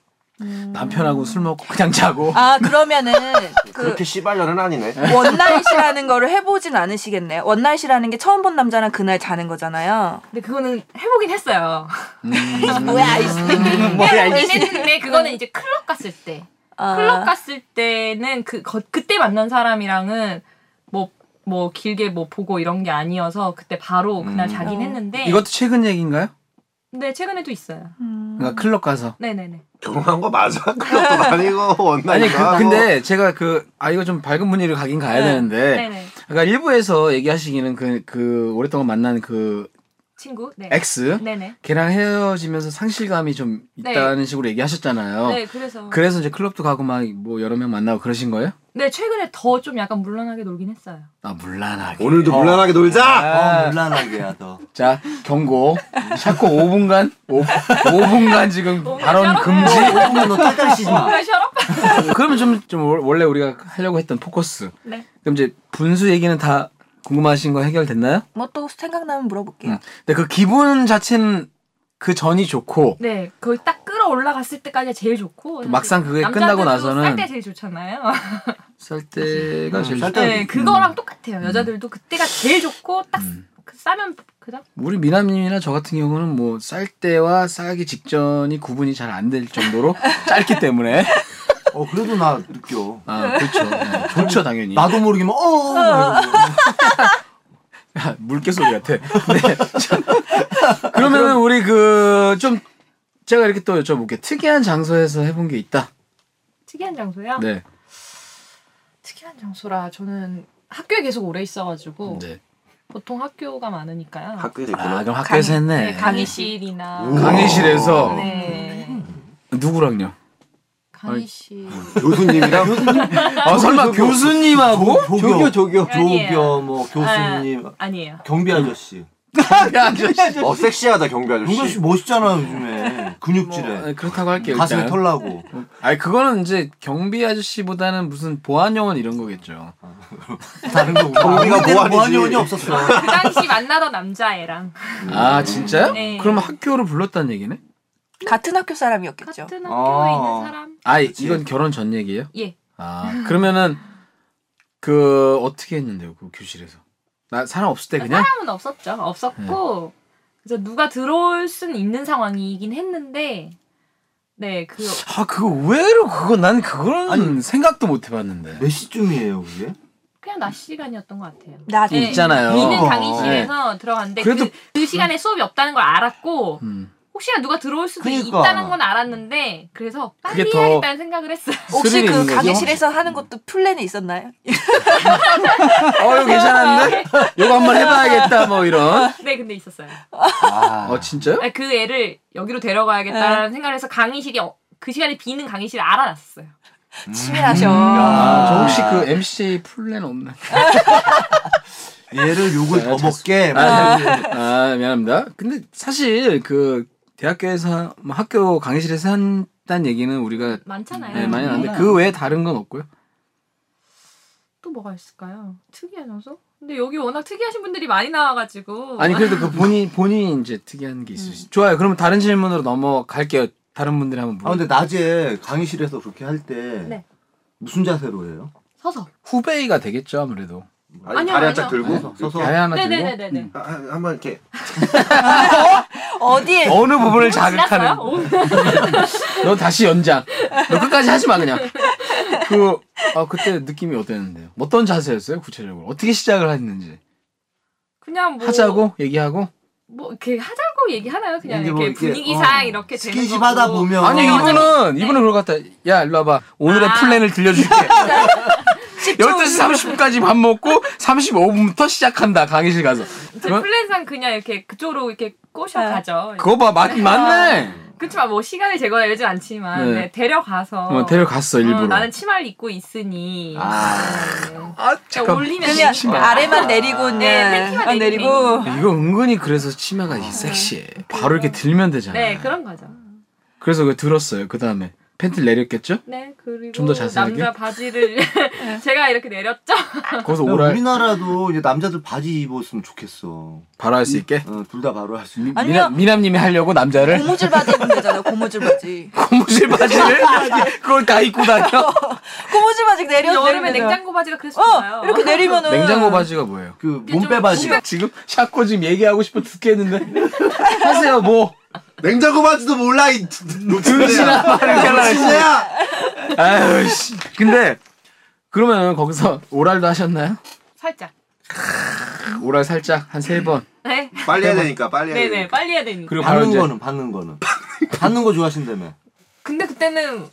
Speaker 1: 남편하고 술 먹고 그냥 자고.
Speaker 3: 아 그러면은 그
Speaker 5: 그렇게 씨발년은 아니네.
Speaker 3: 원나잇이라는 거를 해보진 않으시겠네요 원나잇이라는 게 처음 본 남자랑 그날 자는 거잖아요
Speaker 4: 근데 그거는 해보긴 했어요.
Speaker 1: 음.
Speaker 4: [LAUGHS]
Speaker 3: 뭐야 이
Speaker 2: 뭐야
Speaker 4: 해보긴 했는데, 그거는 이제 클럽 갔을
Speaker 3: 아.
Speaker 4: 때. 클럽 갔을 때는 그 거- 그때 만난 사람이랑은 뭐 뭐 길게 뭐 보고 이런 게 아니어서 그때 바로 그날
Speaker 6: 음.
Speaker 4: 자긴
Speaker 3: 어.
Speaker 4: 했는데
Speaker 1: 이것도 최근 얘기인가요?
Speaker 4: 네 최근에도 있어요.
Speaker 1: 그러니까 클럽 가서.
Speaker 4: 네네네.
Speaker 5: 결혼한 거 맞아? 그것도 아니고 원나이가
Speaker 1: 아니 그, 근데 제가 그 아 이거 좀 밝은 분위기로 가긴 가야
Speaker 4: 네.
Speaker 1: 되는데
Speaker 4: 네네.
Speaker 1: 그러니까 일부에서 얘기하시기는 그 그 오랫동안 만난 그
Speaker 4: 친구. 네.
Speaker 1: X
Speaker 4: 네네.
Speaker 1: 걔랑 헤어지면서 상실감이 좀
Speaker 4: 네.
Speaker 1: 있다는 식으로 얘기하셨잖아요.
Speaker 4: 네 그래서
Speaker 1: 어. 그래서 이제 클럽도 가고 막 뭐 여러 명 만나고 그러신 거예요?
Speaker 4: 네 최근에 더 좀 약간 물러나게 놀긴 했어요.
Speaker 1: 아 물란하게.
Speaker 5: 오늘도 물란하게 놀자.
Speaker 6: 어,
Speaker 1: 아,
Speaker 6: 물란하게 야 너. 어,
Speaker 1: 자 경고. 샤코 5분간 5, 5분간 지금 발언 금지.
Speaker 6: 오면 너 딸딸 씨지 마.
Speaker 4: 왜 셔럽?
Speaker 1: 그러면 좀, 좀 월- 원래 우리가 하려고 했던 포커스.
Speaker 4: 네.
Speaker 1: 그럼 이제 분수 얘기는 다 궁금하신 거 해결됐나요?
Speaker 3: 뭐 또 생각나면 물어볼게요.
Speaker 1: 음. 근데 그 기분 자체는 그 전이 좋고
Speaker 4: 네 거의 딱 끌어올라갔을 때까지 제일 좋고
Speaker 1: 또 막상 그게 끝나고 나서는-
Speaker 4: 쌀때 제일 좋잖아요.
Speaker 1: 쌀 때가 제일
Speaker 6: 쌀
Speaker 1: 좋
Speaker 6: 때-
Speaker 4: 네 그거랑 똑같아요. 여자들도 그때가 제일 좋고 딱 그 싸면 그다음
Speaker 1: 우리 미남님이나 저 같은 경우는 뭐 쌀 때와 쌀기 직전이 구분이 잘 안 될 정도로 짧기 때문에
Speaker 6: 어 그래도 나 느껴.
Speaker 1: 아 그렇죠 네, 좋죠 당연히
Speaker 6: 나도 모르게 막 어. 막 이러고.
Speaker 1: 아, [LAUGHS] 물개 소리 같아. 네. 그러면은 우리 그 좀 제가 이렇게 또 여쭤볼게. 특이한 장소에서 해본 게 있다.
Speaker 4: 특이한 장소요.
Speaker 1: 네.
Speaker 4: 특이한 장소라 저는 학교에 계속 오래 있어가지고
Speaker 1: 네.
Speaker 4: 보통 학교가 많으니까요.
Speaker 5: 학교에
Speaker 1: 아
Speaker 5: 있구나.
Speaker 1: 그럼 학교에서
Speaker 4: 강의-
Speaker 1: 했네.
Speaker 4: 네, 강의실이나 뭐
Speaker 5: 우와.
Speaker 1: 강의실에서
Speaker 4: 네
Speaker 1: 누구랑요?
Speaker 4: 강의실
Speaker 5: 교수님이랑
Speaker 1: 아 설마
Speaker 6: 저기, 저기.
Speaker 1: 교수님하고?
Speaker 6: 조교 조교
Speaker 4: 아니에요.
Speaker 6: 조교 뭐 교수님
Speaker 4: 아니에요.
Speaker 6: 경비 아저씨.
Speaker 1: 야, 아저씨.
Speaker 5: 어 섹시하다 경비
Speaker 6: 경비 아저씨
Speaker 5: 아저씨.
Speaker 6: 멋있잖아 요즘에 근육질에
Speaker 1: 아, 그렇다고 할게요.
Speaker 6: 가슴에
Speaker 1: 일단은.
Speaker 6: 털 나고.
Speaker 1: 아니 그거는 이제 경비 아저씨보다는 무슨 보안 요원 이런 거겠죠.
Speaker 6: 다른 거
Speaker 5: 경비가 뭐하는지.
Speaker 6: 요원이 없었어.
Speaker 4: 그 당시 만나던 남자애랑
Speaker 1: 아 진짜요?
Speaker 4: 네.
Speaker 1: 그럼 학교를 불렀다는 얘기네?
Speaker 3: 같은 학교 사람이었겠죠.
Speaker 4: 같은 학교에
Speaker 6: 아.
Speaker 4: 있는 사람.
Speaker 1: 아
Speaker 6: 그치.
Speaker 1: 이건 결혼 전 얘기예요?
Speaker 4: 예.
Speaker 1: 아 그러면은 그 어떻게 했는데요 그 교실에서 나 사람 없을 때 그냥
Speaker 4: 사람은 없었죠. 없었고 그래서 누가 들어올 순 있는 상황이긴 했는데 네그
Speaker 1: 아 그거 의외로 그거 난 그런 생각도 못 해봤는데
Speaker 6: 몇 시쯤이에요 그게?
Speaker 4: 그냥 낮 시간이었던 것 같아요.
Speaker 3: 나도
Speaker 1: 예.
Speaker 4: 네.
Speaker 1: 있잖아요
Speaker 4: 있는
Speaker 6: 어.
Speaker 4: 강의실에서 들어갔는데
Speaker 1: 그래도-
Speaker 4: 그, 그 시간에 수업이 없다는 걸 알았고
Speaker 1: 음.
Speaker 4: 혹시나 누가 들어올 수도
Speaker 6: 그니까.
Speaker 4: 있다는 건 알았는데 그래서 빨리
Speaker 1: 그게 더-
Speaker 4: 해야겠다는 생각을 했어요. [LAUGHS]
Speaker 3: 혹시
Speaker 1: 스릴이
Speaker 3: 그
Speaker 1: 있는 거죠?
Speaker 3: 강의실에서 하는 것도 플랜이 있었나요?
Speaker 1: 어 이거 [LAUGHS] 괜찮은데 이거 한번 해봐야겠다 뭐 이런
Speaker 4: 네, 근데 있었어요.
Speaker 1: 어 진짜요?
Speaker 4: 아니, 그 애를 여기로 데려가야겠다는 생각을 해서 강의실이 어- 그 시간에 비는 강의실을 알아놨어요.
Speaker 3: 치밀하셔.
Speaker 1: 음. 아, 저
Speaker 6: 아.
Speaker 1: 혹시 그 MC 플랜 없나?
Speaker 6: 얘를 욕을 더
Speaker 1: 아,
Speaker 6: 먹게.
Speaker 1: 아, 아 미안합니다. 근데 사실 그 대학교에서 뭐 학교 강의실에서 한다는 얘기는 우리가
Speaker 4: 많잖아요.
Speaker 1: 네, 많이 나는데 그 외에 다른 건 없고요.
Speaker 4: 또 뭐가 있을까요? 특이한 장소? 근데 여기 워낙 특이하신 분들이 많이 나와가지고
Speaker 1: 아니 그래도 그 본인 본인 이제 특이한 게 있으시. 좋아요. 그럼 다른 질문으로 넘어갈게요. 다른 분들이 한번 물어.
Speaker 6: 아 근데 낮에 강의실에서 그렇게 할 때
Speaker 4: 네.
Speaker 6: 무슨 자세로 해요?
Speaker 4: 서서.
Speaker 1: 음. 후배가 되겠죠 아무래도.
Speaker 5: 아니
Speaker 4: 아니요,
Speaker 5: 다리
Speaker 4: 아니요.
Speaker 5: 한짝 들고
Speaker 6: 서서 서서
Speaker 1: 다리 하나 들고.
Speaker 4: 네네네네네.
Speaker 6: 음.
Speaker 5: 아, 한번 이렇게
Speaker 3: 어디에
Speaker 1: 어느 부분을
Speaker 4: 지났어요?
Speaker 1: 자극하는?
Speaker 4: 오.
Speaker 1: 너 다시 연장. 너 끝까지 하지 마 그냥. 그 아, 그때 느낌이 어땠는데요? 어떤 자세였어요 구체적으로? 어떻게 시작을 했는지
Speaker 4: 그냥 뭐
Speaker 1: 하자고 얘기하고.
Speaker 4: 뭐 이렇게 하자고 얘기하나요? 그냥
Speaker 6: 이게
Speaker 4: 이렇게
Speaker 6: 뭐 이렇게,
Speaker 4: 분위기상
Speaker 6: 어,
Speaker 4: 이렇게 되는
Speaker 6: 스킨십
Speaker 4: 거고.
Speaker 6: 하다 보면
Speaker 1: 아니
Speaker 4: 어,
Speaker 1: 이분은 이분은 그럴 것 같아. 야 일로 와봐. 오늘의
Speaker 4: 아.
Speaker 1: 플랜을
Speaker 4: [LAUGHS]
Speaker 1: 들려줄게. 12시 30분까지 밥 먹고 35분부터 시작한다 강의실 가서.
Speaker 4: 제
Speaker 1: 그럼-
Speaker 4: 플랜상 그냥 이렇게 그쪽으로 이렇게 꼬셔 가죠.
Speaker 1: 그거 봐 맞, 맞네.
Speaker 4: 그렇지만 뭐 시간을 제거나 이러진 않지만
Speaker 1: 네.
Speaker 4: 네, 데려가서
Speaker 1: 어, 데려갔어 일부러.
Speaker 4: 어, 나는 치마를 입고 있으니 아,
Speaker 1: 아, 잠깐.
Speaker 4: 올리면
Speaker 3: 그냥
Speaker 4: 되니까.
Speaker 3: 아래만 내리고 그냥
Speaker 4: 네, 팬티만
Speaker 3: 아, 내리고
Speaker 4: 내리면
Speaker 1: 야, 이거 은근히 그래서 치마가 이게 섹시해. 바로 이렇게 들면 되잖아.
Speaker 4: 네 그런 거죠.
Speaker 1: 그래서 그 들었어요. 그 다음에 팬티를 내렸겠죠?
Speaker 4: 네 그리고
Speaker 1: 좀더 자세하게?
Speaker 4: 남자 바지를 [LAUGHS] 제가 이렇게 내렸죠.
Speaker 1: 거기서
Speaker 4: 아,
Speaker 6: 야,
Speaker 1: 오랄
Speaker 6: 어, 우리나라도 이제 남자들 바지 입었으면 좋겠어.
Speaker 1: 바로 할 수 있게.
Speaker 6: 둘 다 바로 할 수 있는.
Speaker 3: 아니면-
Speaker 1: 미남, 미남님이 하려고
Speaker 4: [LAUGHS]
Speaker 1: 남자를
Speaker 3: 고무줄 바지 입으면 되잖아요. 고무줄
Speaker 1: [LAUGHS]
Speaker 3: 바지.
Speaker 1: 고무줄 바지를 그걸 다 입고
Speaker 4: [LAUGHS]
Speaker 1: 다녀.
Speaker 3: 고무줄 바지 내려서
Speaker 4: 여름에
Speaker 3: 내리면 되잖아.
Speaker 4: 냉장고 바지가 그래서 좋아요.
Speaker 3: 어 이렇게 내리면은
Speaker 1: 냉장고 바지가 뭐예요?
Speaker 6: 그 몸빼 바지.
Speaker 1: 지금 샤코 지금 얘기하고 싶어 듣겠는데 [LAUGHS] 하세요 뭐.
Speaker 5: 냉장고 바지도 몰라 이
Speaker 1: 등신아 말을 하려고
Speaker 5: 진짜야.
Speaker 1: 아유 씨. 근데 그러면 거기서 오랄도 하셨나요?
Speaker 4: 살짝
Speaker 1: 오랄 살짝 한 세 번.
Speaker 4: 네.
Speaker 5: 빨리 해야 되니까 빨리 해야 되니까.
Speaker 4: 네네 빨리 해야 되니까.
Speaker 1: 그리고 바로
Speaker 6: 받는
Speaker 1: 이제
Speaker 6: 거는 받는 거는 받는 거 좋아하신다며.
Speaker 4: 근데 그때는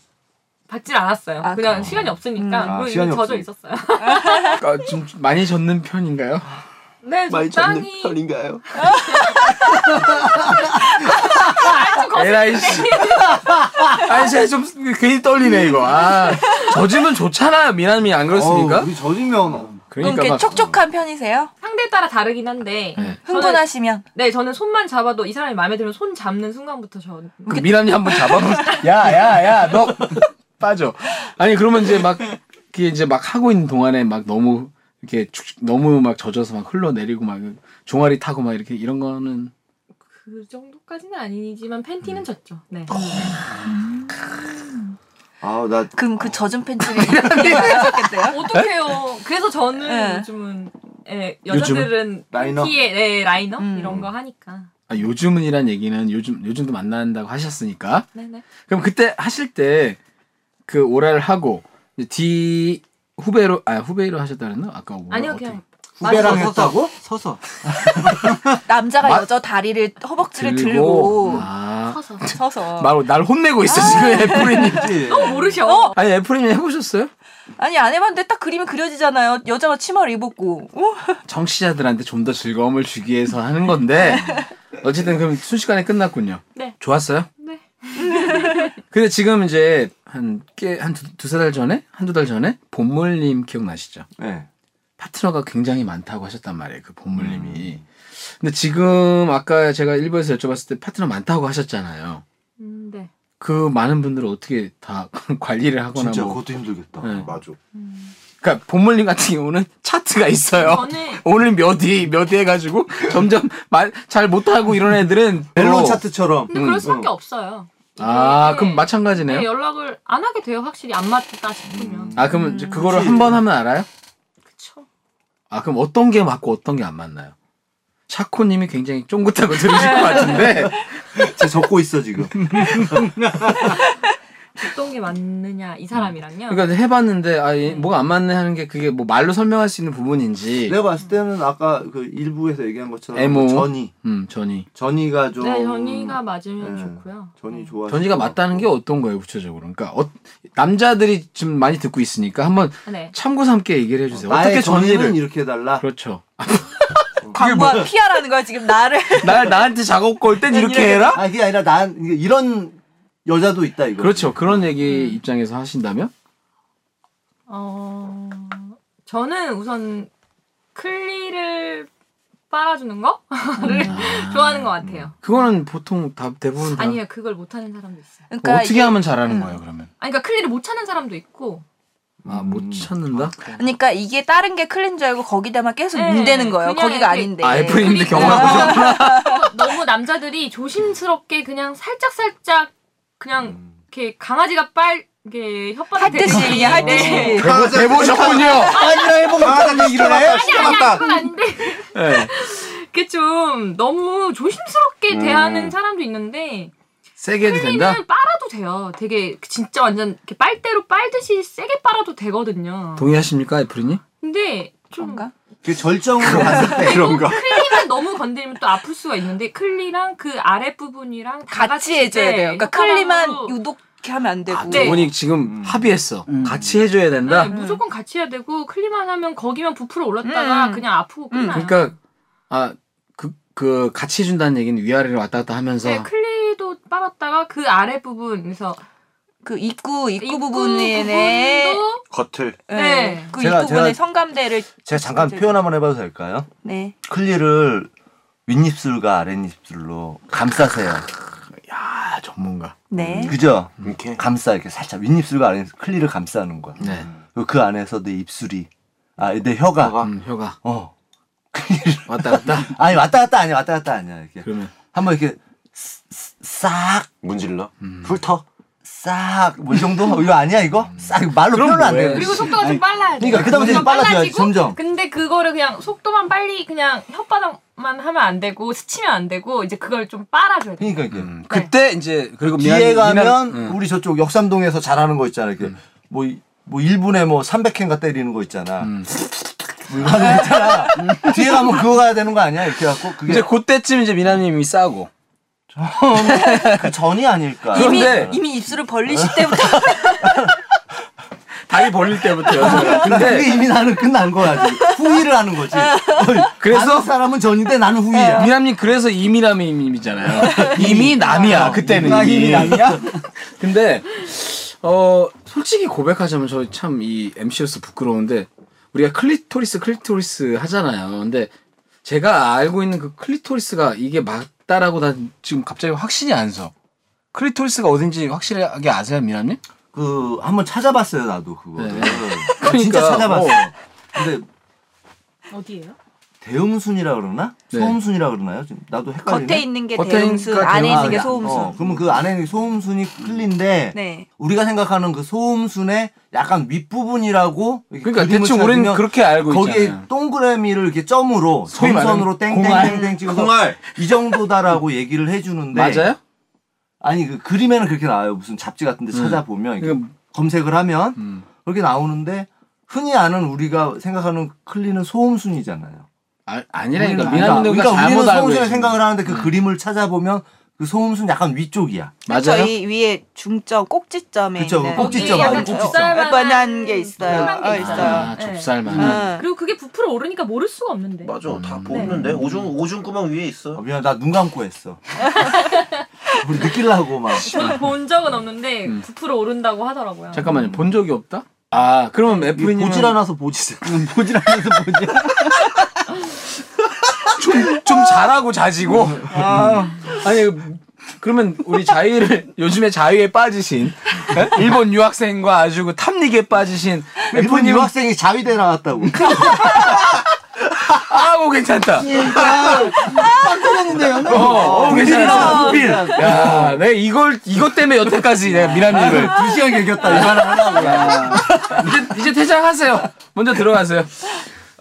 Speaker 4: 받질 않았어요.
Speaker 3: 아,
Speaker 4: 그냥
Speaker 3: 그래요?
Speaker 4: 시간이 없으니까
Speaker 6: 음. 아,
Speaker 4: 물론 이미
Speaker 6: 시간이
Speaker 4: 젖어
Speaker 6: 없으니까.
Speaker 4: 있었어요.
Speaker 1: 아, 좀 많이 젖는 편인가요?
Speaker 4: 네,
Speaker 5: 많이 잡는
Speaker 4: 적당히
Speaker 5: 편인가요?
Speaker 1: 에라이씨. 아니 제가 좀 괜히 떨리네 이거. 아, 젖으면 좋잖아요. 미남이 안 그렇습니까?
Speaker 6: 어우, 우리 젖으면
Speaker 3: 그럼
Speaker 1: 그러니까
Speaker 3: 음, 이렇게
Speaker 1: 막
Speaker 3: 촉촉한 편이세요?
Speaker 4: 상대에 따라 다르긴 한데 저는,
Speaker 3: 흥분하시면
Speaker 4: 네 저는 손만 잡아도 이 사람이 마음에 들면 손 잡는 순간부터 저
Speaker 1: 그 미남이 한번 잡아보면 야야야 너 빠져. 아니 그러면 이제 막 그게 이제 막 하고 있는 동안에 막 너무 이렇게 축- 너무 막 젖어서 막 흘러내리고 막 종아리 타고 막 이렇게 이런 거는
Speaker 4: 그 정도까지는 아니지만
Speaker 1: 음.
Speaker 4: 팬티는 젖죠. 네.
Speaker 5: 아나
Speaker 3: 그럼 그 젖은 팬츠를 입게
Speaker 1: [LAUGHS]
Speaker 3: 하셨겠대요?
Speaker 4: 어떡해요. 그래서 저는
Speaker 3: 네.
Speaker 4: 요즘은 예,
Speaker 1: 요즘은?
Speaker 4: 여자들은
Speaker 6: 라이너?
Speaker 4: 팬티에 네, 라이너
Speaker 3: 음.
Speaker 4: 이런 거 하니까.
Speaker 1: 아, 요즘은이란 얘기는 요즘 요즘도 만난다고 하셨으니까
Speaker 4: 네네.
Speaker 1: 그럼 그때 하실 때 그 오랄 하고 이제 뒤 후배로 아 후배로 하셨다 그랬나 아까 오랄
Speaker 4: 아니요
Speaker 1: 뭐 어떻게-
Speaker 4: 그냥
Speaker 6: 후배랑
Speaker 2: 서서,
Speaker 6: 했다고?
Speaker 2: 서서
Speaker 3: 남자가
Speaker 1: 마-
Speaker 3: 여자 다리를 허벅지를 들고,
Speaker 1: 아,
Speaker 4: 커서.
Speaker 3: 서서
Speaker 1: 바로 날 혼내고 있어 지금 애프리님
Speaker 4: 모르셔.
Speaker 1: 아니 애프리님 해보셨어요?
Speaker 3: 아니 안 해봤는데 딱 그림이 그려지잖아요. 여자가 치마를 입었고 어?
Speaker 1: 청취자들한테 좀 더 즐거움을 주기 위해서 하는 건데 어쨌든 그럼 순식간에 끝났군요.
Speaker 4: 네.
Speaker 1: 좋았어요?
Speaker 4: 네.
Speaker 1: [LAUGHS] 근데 지금 이제 한한두세달 전에 한두 달 전에 본물님 기억나시죠?
Speaker 6: 네.
Speaker 1: 파트너가 굉장히 많다고 하셨단 말이에요. 그 본물님이.
Speaker 6: 음.
Speaker 1: 근데 지금 아까 제가 일부에서 여쭤봤을 때 파트너 많다고 하셨잖아요.
Speaker 4: 음, 네.
Speaker 1: 그 많은 분들을 어떻게 다 [LAUGHS] 관리를 하거나
Speaker 6: 진짜
Speaker 1: 뭐.
Speaker 6: 그것도 힘들겠다.
Speaker 1: 네.
Speaker 5: 맞아.
Speaker 1: 그러니까 본물님 같은 경우는 차트가 있어요.
Speaker 4: 저는
Speaker 1: 오늘 몇위몇위 해가지고 점점 말 잘 못하고 이런 애들은
Speaker 6: 멜론
Speaker 5: 어.
Speaker 1: 별로-
Speaker 6: 차트처럼.
Speaker 4: 근데 그럴
Speaker 1: 음,
Speaker 4: 수밖에
Speaker 6: 어.
Speaker 4: 없어요.
Speaker 1: 아
Speaker 4: 이게
Speaker 1: 그럼 마찬가지네요.
Speaker 4: 네, 연락을 안 하게 돼요. 확실히 안 맞다 싶으면.
Speaker 1: 아 그럼 이제 그거를
Speaker 6: 그치.
Speaker 1: 한 번 하면 알아요?
Speaker 4: 그쵸.
Speaker 1: 아 그럼 어떤 게 맞고 어떤 게 안 맞나요? 샤코님이 굉장히
Speaker 6: [LAUGHS]
Speaker 1: 쫑긋하고 들으실 것 같은데
Speaker 6: 제 적고 있어 [LAUGHS] 지금.
Speaker 4: 어떤 게 맞느냐 이 사람이랑요.
Speaker 1: 그러니까 해봤는데 아 얘 뭐가 안 맞네 하는 게 그게 뭐 말로 설명할 수 있는 부분인지
Speaker 6: 내가 봤을 때는 아까 그 일부에서 얘기한 것처럼 뭐
Speaker 1: MO.
Speaker 6: 전이
Speaker 1: 음 전이
Speaker 6: 전이가 좀
Speaker 4: 네, 전이가 맞으면
Speaker 6: 네.
Speaker 4: 좋고요.
Speaker 6: 전이
Speaker 4: 네.
Speaker 6: 좋아.
Speaker 1: 전이가 맞다는 게 어떤 거예요 구체적으로 그러니까 어, 남자들이 지금 많이 듣고 있으니까 한번
Speaker 4: 네.
Speaker 1: 참고 삼게 얘기를 해주세요
Speaker 6: 나의
Speaker 1: 어떻게 전이를
Speaker 6: 전이는 이렇게 해달라.
Speaker 1: 그렇죠
Speaker 3: 광고한 피하라는 거야 지금 나를
Speaker 1: 날 나한테 작업 걸 땐 이렇게 해라
Speaker 6: 아 그게 아니라 난 이게 이런 여자도 있다 이거.
Speaker 1: 그렇죠 그런 얘기 입장에서 하신다면
Speaker 4: 어, 저는 우선 클리를 빨아주는 거를 [LAUGHS]
Speaker 1: 음.
Speaker 4: 좋아하는 것 같아요.
Speaker 1: 그거는 보통 다 대부분 다
Speaker 4: 아니에요, 그걸 못하는 사람도 있어요.
Speaker 3: 그러니까
Speaker 1: 그럼 어떻게
Speaker 3: 이게-
Speaker 1: 하면 잘하는
Speaker 3: 음.
Speaker 1: 거예요 그러면
Speaker 4: 아니, 그러니까 클리를 못 찾는 사람도 있고.
Speaker 1: 아 못 찾는다
Speaker 3: 그러니까 이게 다른 게 클린 줄 알고 거기다만 계속
Speaker 4: 네,
Speaker 3: 문대는 거예요.
Speaker 4: 그냥
Speaker 3: 거기가
Speaker 4: 이렇게-
Speaker 3: 아닌데.
Speaker 1: 아 애플인데
Speaker 4: 그러니까.
Speaker 1: 경험하고
Speaker 4: [LAUGHS] 너무 남자들이 조심스럽게 그냥 살짝 살짝 그냥
Speaker 1: 음.
Speaker 4: 이렇게 강아지가 빨 이렇게
Speaker 3: 듯이
Speaker 4: 혓바닥 대듯이
Speaker 3: 그냥 할 듯이.
Speaker 4: 네.
Speaker 1: 대보- 대보셨군요
Speaker 6: 아니라 해보고
Speaker 5: 아,
Speaker 6: 있다는 얘기를 해.
Speaker 4: 아니 아니 아니 그건 아닌데
Speaker 1: 네.
Speaker 4: [LAUGHS] 그 좀 너무 조심스럽게
Speaker 1: 음.
Speaker 4: 대하는 사람도 있는데
Speaker 1: 세게 해도 네, 된다
Speaker 4: 클리는 네, 빨아도 돼요. 되게 진짜 완전 이렇게 빨대로 빨듯이 세게 빨아도 되거든요.
Speaker 1: 동의하십니까 애플이님?
Speaker 4: 근데 좀 네,
Speaker 3: 그런가?
Speaker 6: 그 절정으로 갔을 때 그런가.
Speaker 4: 클리만 너무 건드리면 또 아플 수가 있는데 클리랑 그 아랫 부분이랑 다
Speaker 3: 같이 해줘야
Speaker 4: 네,
Speaker 3: 돼요. 그러니까
Speaker 4: 혓바닥으로
Speaker 3: 클리만 유독 이렇게 하면 안 되고.
Speaker 1: 아, 두
Speaker 4: 네.
Speaker 1: 분이 지금
Speaker 6: 음.
Speaker 1: 합의했어.
Speaker 2: 음.
Speaker 1: 같이 해줘야 된다.
Speaker 4: 네, 무조건 같이 해야 되고 클리만 하면 거기만 부풀어 올랐다가
Speaker 3: 음.
Speaker 4: 그냥 아프고 끝나요.
Speaker 1: 그러니까 아그 그 같이 해준다는 얘기는 위아래로 왔다 갔다 하면서 음,
Speaker 4: 네, 클리도 빨았다가 그 아랫 부분에서
Speaker 3: 그 입구 입구,
Speaker 4: 입구
Speaker 3: 부분에
Speaker 4: 부분도
Speaker 5: 겉을
Speaker 3: 네.
Speaker 4: 네.
Speaker 3: 그
Speaker 6: 제가-
Speaker 3: 입구 부분에
Speaker 6: 제가-
Speaker 3: 성감대를
Speaker 6: [LAUGHS] 제가 잠깐 표현 한번 해봐도 될까요?
Speaker 3: 네.
Speaker 6: 클리를 윗입술과 아랫입술로 감싸세요.
Speaker 1: 야 전문가.
Speaker 3: 네.
Speaker 6: 그죠?
Speaker 5: 이렇게
Speaker 6: 감싸 이렇게 살짝 윗입술과 아랫입술 클리를 감싸는 거야.
Speaker 1: 네.
Speaker 6: 그리고 그 안에서 내 입술이 아내 혀가
Speaker 1: 음, 혀가
Speaker 6: 어
Speaker 1: [LAUGHS] 왔다 갔다.
Speaker 6: 아니 왔다 갔다 아니야 왔다 갔다 아니야 이렇게
Speaker 1: 그러면
Speaker 6: 한번 이렇게 싹싹 음.
Speaker 5: 문질러 훑어.
Speaker 6: 뭐 이 정도 이거 아니야 이거 싹 이거 말로
Speaker 1: 그럼
Speaker 6: 표현 안
Speaker 1: 뭐해.
Speaker 6: 돼.
Speaker 4: 그리고 속도가 좀 빨라야 돼.
Speaker 6: 그러니까 그다음에
Speaker 4: 좀
Speaker 6: 이제 빨라져야지, 점점.
Speaker 4: 근데 그거를 그냥 속도만 빨리 그냥 혓바닥만 하면 안 되고 스치면 안 되고 이제 그걸 좀 빨아줘야 돼.
Speaker 6: 그러니까 이게
Speaker 1: 음, 그때 이제 그리고
Speaker 6: 뒤에
Speaker 1: 미남-
Speaker 6: 가면
Speaker 1: 미남- 응.
Speaker 6: 우리 저쪽
Speaker 1: 음.
Speaker 6: 뭐
Speaker 1: 음.
Speaker 6: 역삼동에서 잘하는 거 있잖아 이렇게 뭐뭐 1분에 뭐 300행가 때리는 거 있잖아. 물건을 했잖아. 뒤에 가면 그거 가야 되는 거 아니야? 이렇게 갖고 그게
Speaker 1: 이제 그때쯤 이제 미나님이 싸고.
Speaker 6: 그 전이 아닐까.
Speaker 3: 이미
Speaker 1: 그런데-
Speaker 3: 이미 입술을 벌리실 때부터
Speaker 1: 다리
Speaker 6: [LAUGHS]
Speaker 1: 벌릴 때부터요. [LAUGHS] 근데
Speaker 6: 그게 이미 나는 끝난 거야 지금. 후회를 하는 거지.
Speaker 1: 그래서- 네.
Speaker 6: 다른 사람은 전인데 나는 후회야.
Speaker 1: 미남님 그래서
Speaker 6: [LAUGHS]
Speaker 1: 이미남님이잖아요. 이미 남이야 그때는
Speaker 2: 아, 이미 남이야?
Speaker 1: [LAUGHS] 근데 어 솔직히 고백하자면 저 참 이 MC로서 부끄러운데 우리가 클리토리스 클리토리스 하잖아요. 근데 제가 알고 있는 그 클리토리스가 이게 맞다라고 난 지금 갑자기 확신이 안 서. 클리토리스가 어딘지 확실하게 아세요, 미남님?
Speaker 6: 그 한번 찾아봤어요 나도 그거를.
Speaker 1: 네.
Speaker 6: 진짜
Speaker 1: 그러니까,
Speaker 6: 찾아봤어.
Speaker 1: 어.
Speaker 6: 요 근데
Speaker 4: 어디예요?
Speaker 6: 대음순이라 그러나
Speaker 1: 네.
Speaker 6: 소음순이라 그러나요? 지금 나도 헷갈리네.
Speaker 3: 겉에 있는 게
Speaker 1: 겉에 있는
Speaker 3: 대음순,
Speaker 1: 게
Speaker 3: 안에 있는
Speaker 1: 대음순.
Speaker 3: 게
Speaker 6: 아,
Speaker 3: 소음순.
Speaker 6: 어, 그러면 그 안에 있는 소음순이 클린데
Speaker 3: 네.
Speaker 6: 우리가 생각하는 그 소음순의 약간 윗부분이라고 이렇게
Speaker 1: 그러니까
Speaker 6: 그림을
Speaker 1: 대충 우리는
Speaker 6: 찾으면
Speaker 1: 그렇게 알고
Speaker 6: 거기에
Speaker 1: 있잖아요.
Speaker 6: 동그라미를 이렇게 점으로
Speaker 1: 소위
Speaker 6: 점선으로
Speaker 1: 말하는 공알.
Speaker 6: 땡땡땡땡 찍어서
Speaker 5: 콩알.
Speaker 6: 이 정도다라고 [LAUGHS] 얘기를 해주는데
Speaker 1: 맞아요?
Speaker 6: 아니 그 그림에는 그렇게 나와요 무슨 잡지 같은데 찾아보면 이렇게
Speaker 1: 그러니까-
Speaker 6: 검색을 하면
Speaker 1: 음.
Speaker 6: 그렇게 나오는데 흔히 아는 우리가 생각하는 클린은 소음순이잖아요.
Speaker 1: 아, 아니라니까
Speaker 6: 우리는 알아.
Speaker 1: 미남님과
Speaker 6: 그러니까 우리는
Speaker 1: 잘못 알고
Speaker 6: 소음순을
Speaker 1: 계시는
Speaker 6: 생각을
Speaker 1: 거예요.
Speaker 6: 하는데 그 그림을 찾아보면 그 소음순 약간 위쪽이야.
Speaker 1: 맞아요.
Speaker 3: 저희 위에 중점 꼭지점에
Speaker 6: 그쵸,
Speaker 3: 있는
Speaker 6: 꼭지점
Speaker 4: 거기
Speaker 6: 아니에요?
Speaker 4: 약간
Speaker 6: 꼭지점.
Speaker 4: 좁쌀만한
Speaker 3: 뻔한 게 있어요.
Speaker 4: 뻔한 게
Speaker 3: 어,
Speaker 4: 있어요.
Speaker 1: 아,
Speaker 4: 네.
Speaker 1: 좁쌀만.
Speaker 3: 음.
Speaker 4: 그리고 그게 부풀어 오르니까 모를 수가 없는데.
Speaker 5: 맞아. 다
Speaker 2: 네.
Speaker 5: 보는데 오줌 오줌 구멍 위에 있어.
Speaker 6: 어, 미안, 나 눈 감고 했어. [LAUGHS] 우리 느끼려고 막.
Speaker 4: 저는 본 적은 없는데 부풀어 오른다고 하더라고요.
Speaker 1: 잠깐만요. 본 적이 없다? 아, 그럼 애플님
Speaker 6: 보질 않아서 보지. [LAUGHS]
Speaker 2: 보질 않아서 보지.
Speaker 1: 좀 잘하고 자지고. 음. 아니 그러면 우리 자유를 요즘에 자유에 빠지신 에? 일본 유학생과 아주 그 탐닉에 빠지신
Speaker 6: 일본
Speaker 1: 애플님
Speaker 6: 유학생이 자위대 나왔다고.
Speaker 1: 아고 괜찮다.
Speaker 2: 빵 터졌는데요?
Speaker 1: 어, 어 괜찮다.
Speaker 6: 필.
Speaker 1: 야, 내가 이걸 이것 때문에 여태까지 내가 미란님을
Speaker 6: 두 시간 얘겼다 이 말을 [LAUGHS] 하려고.
Speaker 1: 이제 이제 퇴장하세요. 먼저 들어가세요.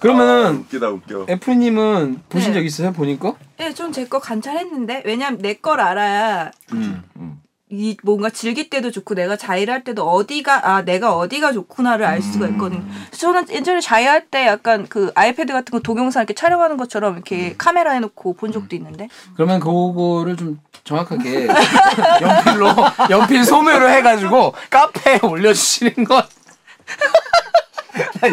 Speaker 1: 그러면은
Speaker 5: 아, 웃기다 웃겨.
Speaker 1: 애플님은 보신
Speaker 3: 네.
Speaker 1: 적 있어요? 보니까?
Speaker 3: 예, 좀 제 거 관찰했는데 왜냐면 내 걸 알아야 이 뭔가 즐길 때도 좋고 내가 자의할 때도 어디가 아 내가 어디가 좋구나를 알 수가 있거든요. 그래서 저는 예전에 자의할 때 약간 그 아이패드 같은 거 동영상 이렇게 촬영하는 것처럼 이렇게 카메라 해놓고 본 적도 있는데
Speaker 1: 그러면 그거를 좀 정확하게 [LAUGHS] 연필로 연필 소묘로 해가지고 카페에 올려주시는 것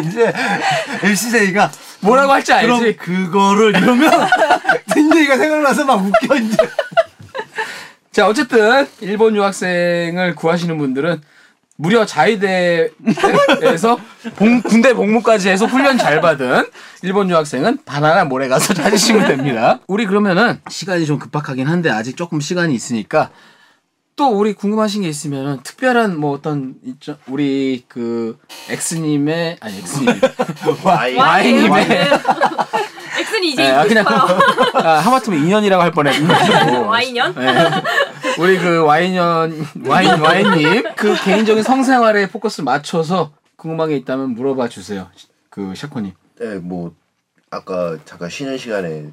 Speaker 6: 이제 [LAUGHS] LCJ가
Speaker 1: 뭐라고 할지
Speaker 6: 그럼
Speaker 1: 알지?
Speaker 6: 그거를 이러면 [LAUGHS] 딘데이가 생각나서 막 웃겨 이제.
Speaker 1: 자 어쨌든 일본 유학생을 구하시는 분들은 무려 자위대에서 봉- 군대 복무까지 해서 훈련 잘 받은 일본 유학생은 바나나 모래 가서 찾으시면 됩니다. 우리 그러면은 시간이 좀 급박하긴 한데 아직 조금 시간이 있으니까 또 우리 궁금하신 게 있으면은 특별한 뭐 어떤 있죠? 우리 그 X님의 아니 X님
Speaker 5: 와이.
Speaker 1: [LAUGHS] 와인님의
Speaker 4: [LAUGHS] 엑슨이 이제
Speaker 1: 네, 아,
Speaker 4: 입고
Speaker 1: 그냥
Speaker 4: 싶어요.
Speaker 1: 아, 하마터면 인연이라고 할 [LAUGHS] 뻔했고
Speaker 4: 와인연?
Speaker 1: 네. 우리 그 와인연 와인 와인님 그 개인적인 성생활에 포커스 맞춰서 궁금한 게 있다면 물어봐 주세요. 그 샤코님.
Speaker 8: 네, 뭐 아까 잠깐 쉬는 시간에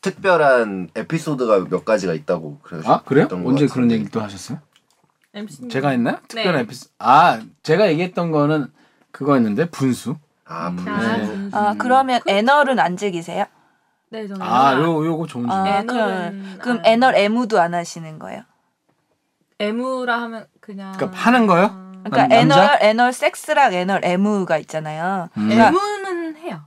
Speaker 8: 특별한 에피소드가 몇 가지가 있다고 그래서
Speaker 1: 아 그래요?
Speaker 8: 했던 것
Speaker 1: 언제 그런
Speaker 8: 같은데.
Speaker 1: 얘기를 또 하셨어요?
Speaker 4: MC.
Speaker 1: 제가 했나요?
Speaker 4: 네.
Speaker 1: 특별한 에피소드. 아 제가 얘기했던 거는 그거였는데 분수.
Speaker 8: 아,
Speaker 6: 음.
Speaker 8: 분-
Speaker 4: 아,
Speaker 1: 네.
Speaker 4: 분수.
Speaker 3: 아 그러면 애널은 안 즐기세요?
Speaker 4: 네, 저는.
Speaker 1: 아 요 요거 좋은 질문.
Speaker 3: 아
Speaker 4: 애널은
Speaker 3: 그럼 그럼
Speaker 4: 안-
Speaker 3: 애널 애무도 안 하시는 거예요?
Speaker 4: 애무라 하면 그냥. 음,
Speaker 1: 그러니까 하는 거요?
Speaker 3: 그러니까
Speaker 1: 남- 남자?
Speaker 3: 애널 애널 섹스랑 애널 애무가 있잖아요.
Speaker 4: 음.
Speaker 3: 그러니까
Speaker 4: 애무는 해요.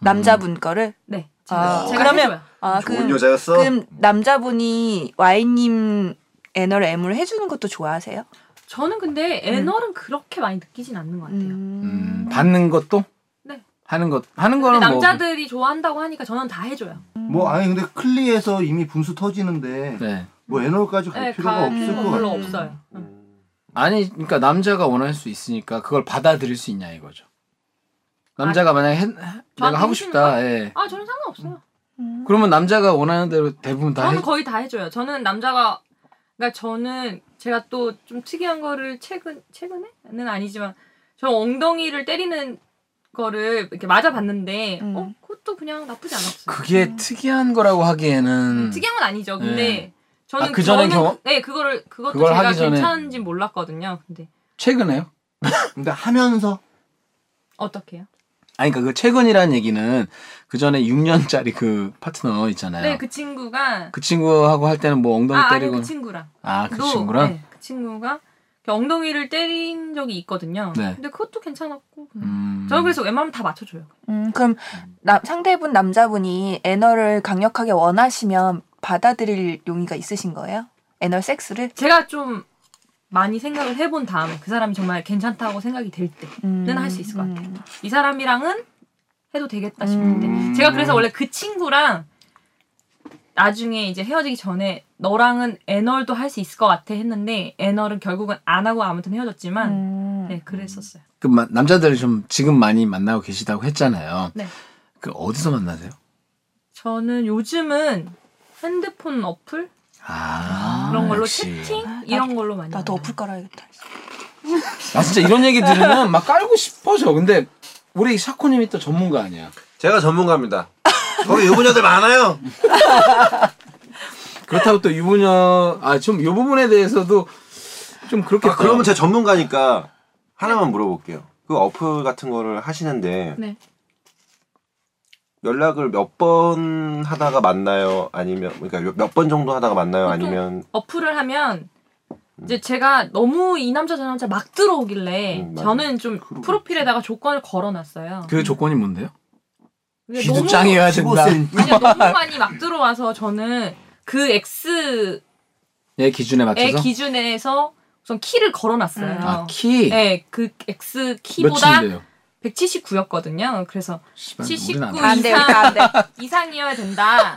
Speaker 3: 남자분 거를
Speaker 4: 네.
Speaker 3: 아,
Speaker 4: 제가
Speaker 3: 그러면-
Speaker 4: 해줘요.
Speaker 3: 아,
Speaker 8: 좋은
Speaker 3: 그-
Speaker 8: 여자였어.
Speaker 4: 음.
Speaker 3: 그럼 남자분이 와인님 애널 애무를 해주는 것도 좋아하세요?
Speaker 4: 저는 근데 애널은 그렇게 많이 느끼진 않는 것 같아요.
Speaker 1: 음, 받는 것도?
Speaker 4: 네.
Speaker 1: 하는 것 하는
Speaker 4: 근데
Speaker 1: 거는 뭐 음.
Speaker 4: 남자들이 좋아한다고 하니까 저는 다 해줘요.
Speaker 6: 뭐 아니 근데 클리에서 이미 분수 터지는데
Speaker 1: 네.
Speaker 6: 뭐 에너까지 갈
Speaker 4: 네,
Speaker 6: 필요가
Speaker 4: 갈
Speaker 6: 없을
Speaker 4: 필요가
Speaker 6: 것
Speaker 4: 별로
Speaker 6: 같아.
Speaker 4: 없어요.
Speaker 1: 음.
Speaker 4: 음. 응.
Speaker 1: 아니 그러니까 남자가 원할 수 있으니까 그걸 받아들일 수 있냐 이거죠. 남자가
Speaker 4: 아.
Speaker 1: 만약에 했- 내가 하고
Speaker 4: 해주는
Speaker 1: 싶다. 예.
Speaker 4: 아, 저는 상관없어요.
Speaker 1: 그러면 남자가 원하는 대로 대부분 다
Speaker 4: 저는
Speaker 1: 해.
Speaker 4: 거의 다 해줘요. 저는 남자가 그러니까 저는 제가 또 좀 특이한 거를 최근 최근에는 아니지만 저 엉덩이를 때리는 거를 이렇게 맞아봤는데
Speaker 3: 음.
Speaker 4: 어 그것도 그냥 나쁘지 않았어요.
Speaker 1: 그게 특이한 거라고 하기에는
Speaker 4: 음. 특이한 건 아니죠. 근데
Speaker 1: 네.
Speaker 4: 저는
Speaker 1: 아, 그 전에
Speaker 4: 저는
Speaker 1: 경험-
Speaker 4: 네 그거를 그것도
Speaker 1: 그걸
Speaker 4: 제가
Speaker 1: 하기 전에-
Speaker 4: 괜찮은지 몰랐거든요. 근데
Speaker 1: 최근에요.
Speaker 6: 근데 하면서
Speaker 4: 어떻게요?
Speaker 1: 아니 그러니까 그 최근이라는 얘기는 그 전에 6년짜리 그 파트너 있잖아요.
Speaker 4: 네,
Speaker 1: 그...
Speaker 4: 그 친구가
Speaker 1: 친구하고 할 때는 뭐 엉덩이
Speaker 4: 아 아니
Speaker 1: 때리고
Speaker 4: 그 친구랑
Speaker 1: 아 그
Speaker 4: 또,
Speaker 1: 친구랑
Speaker 4: 네, 그 친구가 이렇게 엉덩이를 때린 적이 있거든요.
Speaker 1: 네.
Speaker 4: 근데 그것도 괜찮았고
Speaker 1: 음.
Speaker 4: 저는 그래서 웬만하면 다 맞춰줘요.
Speaker 3: 음, 그럼 나, 상대분 남자분이 애널을 강력하게 원하시면 받아들일 용의가 있으신 거예요? 애널 섹스를?
Speaker 4: 제가 좀 많이 생각을 해본 다음에 그 사람이 정말 괜찮다고 생각이 될 때 이
Speaker 3: 는
Speaker 4: 할수 있을 것 같아요. 사람이랑은 해도 되겠다 싶은데
Speaker 3: 음.
Speaker 4: 제가 그래서 원래 그 친구랑 나중에 이제 헤어지기 전에 너랑은 애널도 할 수 있을 것 같아 했는데 애널은 결국은 안 하고 아무튼
Speaker 3: 음.
Speaker 4: 헤어졌지만 네 그랬었어요.
Speaker 1: 그 마- 남자들을 좀 지금 많이 만나고 계시다고 했잖아요.
Speaker 4: 네.
Speaker 1: 그 어디서 만나세요?
Speaker 4: 저는 요즘은 핸드폰 어플
Speaker 1: 아
Speaker 4: 그런 걸로
Speaker 1: 역시.
Speaker 4: 채팅 이런 걸로 많이
Speaker 3: 나도
Speaker 4: 만나요.
Speaker 3: 어플 깔아야겠다.
Speaker 1: 나 진짜 이런 얘기 들으면 막 깔고 싶어져. 근데 우리 샤코님이 또 전문가 아니야.
Speaker 5: 제가 전문가입니다. 거기 유부녀들 많아요.
Speaker 1: 그렇다고 또 유부녀 아 좀 요 부분에 대해서도 좀 그렇게
Speaker 5: 아, 그러면 제가 전문가니까 하나만 물어볼게요. 그 어플 같은 거를 하시는데
Speaker 4: 네.
Speaker 5: 연락을 몇 번 하다가 만나요? 아니면 그러니까 몇 번 정도 하다가 만나요? 아니면
Speaker 4: 어플을 하면 이제 제가 너무 이 남자 저 남자 막 들어오길래
Speaker 5: 음, 맞아.
Speaker 4: 저는 좀 프로필에다가 조건을 걸어놨어요.
Speaker 1: 그 조건이 뭔데요?
Speaker 4: 근데
Speaker 1: 귀도 짱이어야 된다.
Speaker 6: 15cm.
Speaker 4: 그냥
Speaker 1: [LAUGHS]
Speaker 4: 너무 많이 막 들어와서 저는 그 X의
Speaker 1: 얘 예, 기준에 맞춰서.
Speaker 4: 기준에서 우선 키를 예, 걸어놨어요.
Speaker 1: 아 키.
Speaker 4: 네, 그 X 키보다
Speaker 1: 몇인데요?
Speaker 4: 179였거든요. 그래서
Speaker 1: 씨발,
Speaker 4: 79
Speaker 1: 우리는 안 돼.
Speaker 3: 안 돼, 우리가 안 돼.
Speaker 4: 이상이어야 된다.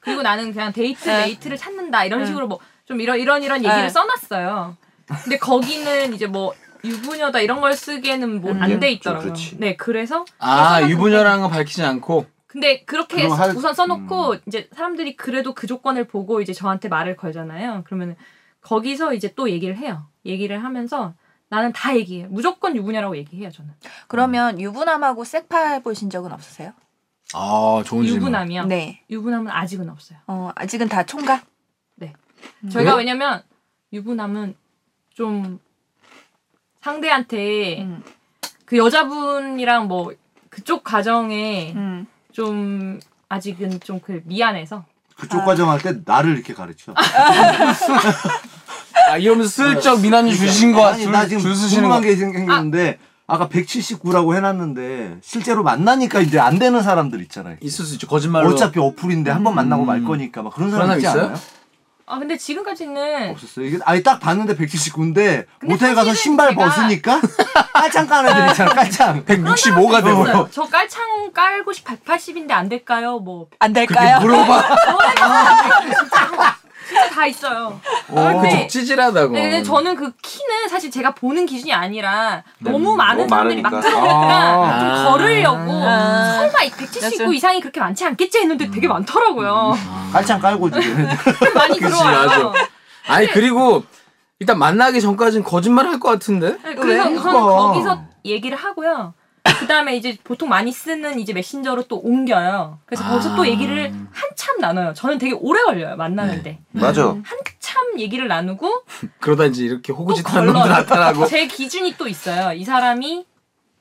Speaker 4: 그리고 나는 그냥 데이트
Speaker 3: 네.
Speaker 4: 메이트를 찾는다. 이런
Speaker 3: 네.
Speaker 4: 식으로 뭐 좀 이런 이런 이런 얘기를
Speaker 3: 네.
Speaker 4: 써놨어요. 근데 거기는 이제 뭐 유부녀다 이런 걸 쓰기에는 뭐 안
Speaker 5: 음.
Speaker 4: 돼 있더라고요.
Speaker 5: 그렇지.
Speaker 4: 네, 그래서
Speaker 1: 아
Speaker 4: 그래서
Speaker 1: 유부녀라는 건 밝히지 않고.
Speaker 4: 근데 그렇게
Speaker 6: 그럼 할- 음.
Speaker 4: 우선 써놓고 이제 사람들이 그래도 그 조건을 보고 이제 저한테 말을 걸잖아요. 그러면 거기서 이제 또 얘기를 해요. 얘기를 하면서 나는 다 얘기해요. 무조건 유부녀라고 얘기해요 저는.
Speaker 3: 그러면 유부남하고 섹파 해보신 적은 없으세요?
Speaker 1: 아 좋은
Speaker 6: 뭐.
Speaker 1: 질문.
Speaker 4: 유부남이요.
Speaker 3: 네.
Speaker 4: 유부남은 아직은 없어요.
Speaker 3: 어, 아직은 다 총각?
Speaker 4: 저희가 왜냐면 유부남은 좀 상대한테
Speaker 3: 음.
Speaker 4: 그 여자분이랑 뭐 그쪽 가정에
Speaker 3: 음.
Speaker 4: 좀 아직은 좀 그 미안해서
Speaker 6: 그쪽 과정 할 때 나를 이렇게 가르쳐.
Speaker 1: 아 이러면서 슬쩍 미남이 주신 거
Speaker 6: 아니
Speaker 1: 줄,
Speaker 6: 나 지금
Speaker 1: 줄 쓰시는
Speaker 6: 궁금한
Speaker 1: 거.
Speaker 6: 게 생겼는데 아. 까 179라고 해놨는데 실제로 만나니까 이제 안 되는 사람들 있잖아요.
Speaker 1: 있을 수 있죠. 거짓말로. 음.
Speaker 6: 어차피 어플인데 한 번 만나고 말 거니까 막 그런 사람
Speaker 1: 그런 사람
Speaker 6: 있지
Speaker 1: 있어요?
Speaker 6: 않아요?
Speaker 4: 아 근데 지금까지는
Speaker 6: 없었어요. 이게 아니 딱 봤는데 179인데
Speaker 4: 근데
Speaker 6: 모텔 가서
Speaker 4: 사실은
Speaker 6: 신발
Speaker 4: 제가- [LAUGHS]
Speaker 6: 벗으니까 깔창 까는 애들 있잖아. 깔창.
Speaker 1: 165가 되고요.
Speaker 4: 없어요. 저 깔창 깔고 싶 180인데 안 될까요? 뭐
Speaker 3: 안 될까요?
Speaker 4: [LAUGHS]
Speaker 1: 물어봐.
Speaker 4: 진짜 다 있어요.
Speaker 1: 아, 그
Speaker 4: 근데-
Speaker 1: 족지질하다고.
Speaker 4: 네, 근데 저는 그 키는 사실 제가 보는 기준이 아니라 너무 많은
Speaker 5: 너무
Speaker 4: 사람들이 막
Speaker 5: 많으니까.
Speaker 4: 들어오니까
Speaker 1: 아.
Speaker 4: 좀 걸으려고
Speaker 3: 아.
Speaker 4: 설마 179 이상이 그렇게 많지 않겠지 했는데 되게 많더라고요. [LAUGHS]
Speaker 6: 깔창 깔고 지금.
Speaker 4: 많이
Speaker 1: 그치,
Speaker 4: 들어와요.
Speaker 1: 맞아. 아니 그리고 일단 만나기 전까지는 거짓말 할 것 같은데.
Speaker 4: 네, 그래서
Speaker 6: 왜?
Speaker 4: 우선
Speaker 6: 그거.
Speaker 4: 거기서 얘기를 하고요. 그다음에 이제 보통 많이 쓰는 이제 메신저로 또 옮겨요. 그래서 거기서
Speaker 1: 아.
Speaker 4: 또 얘기를 한참 나눠요. 저는 되게 오래 걸려요 만나는데
Speaker 5: 맞아.
Speaker 4: 한참 얘기를 나누고
Speaker 1: 그러다 이제 이렇게
Speaker 4: 또
Speaker 1: 호구짓한 놈도 나타나고.
Speaker 4: 걸러요. [LAUGHS] 제 기준이 또 있어요. 이 사람이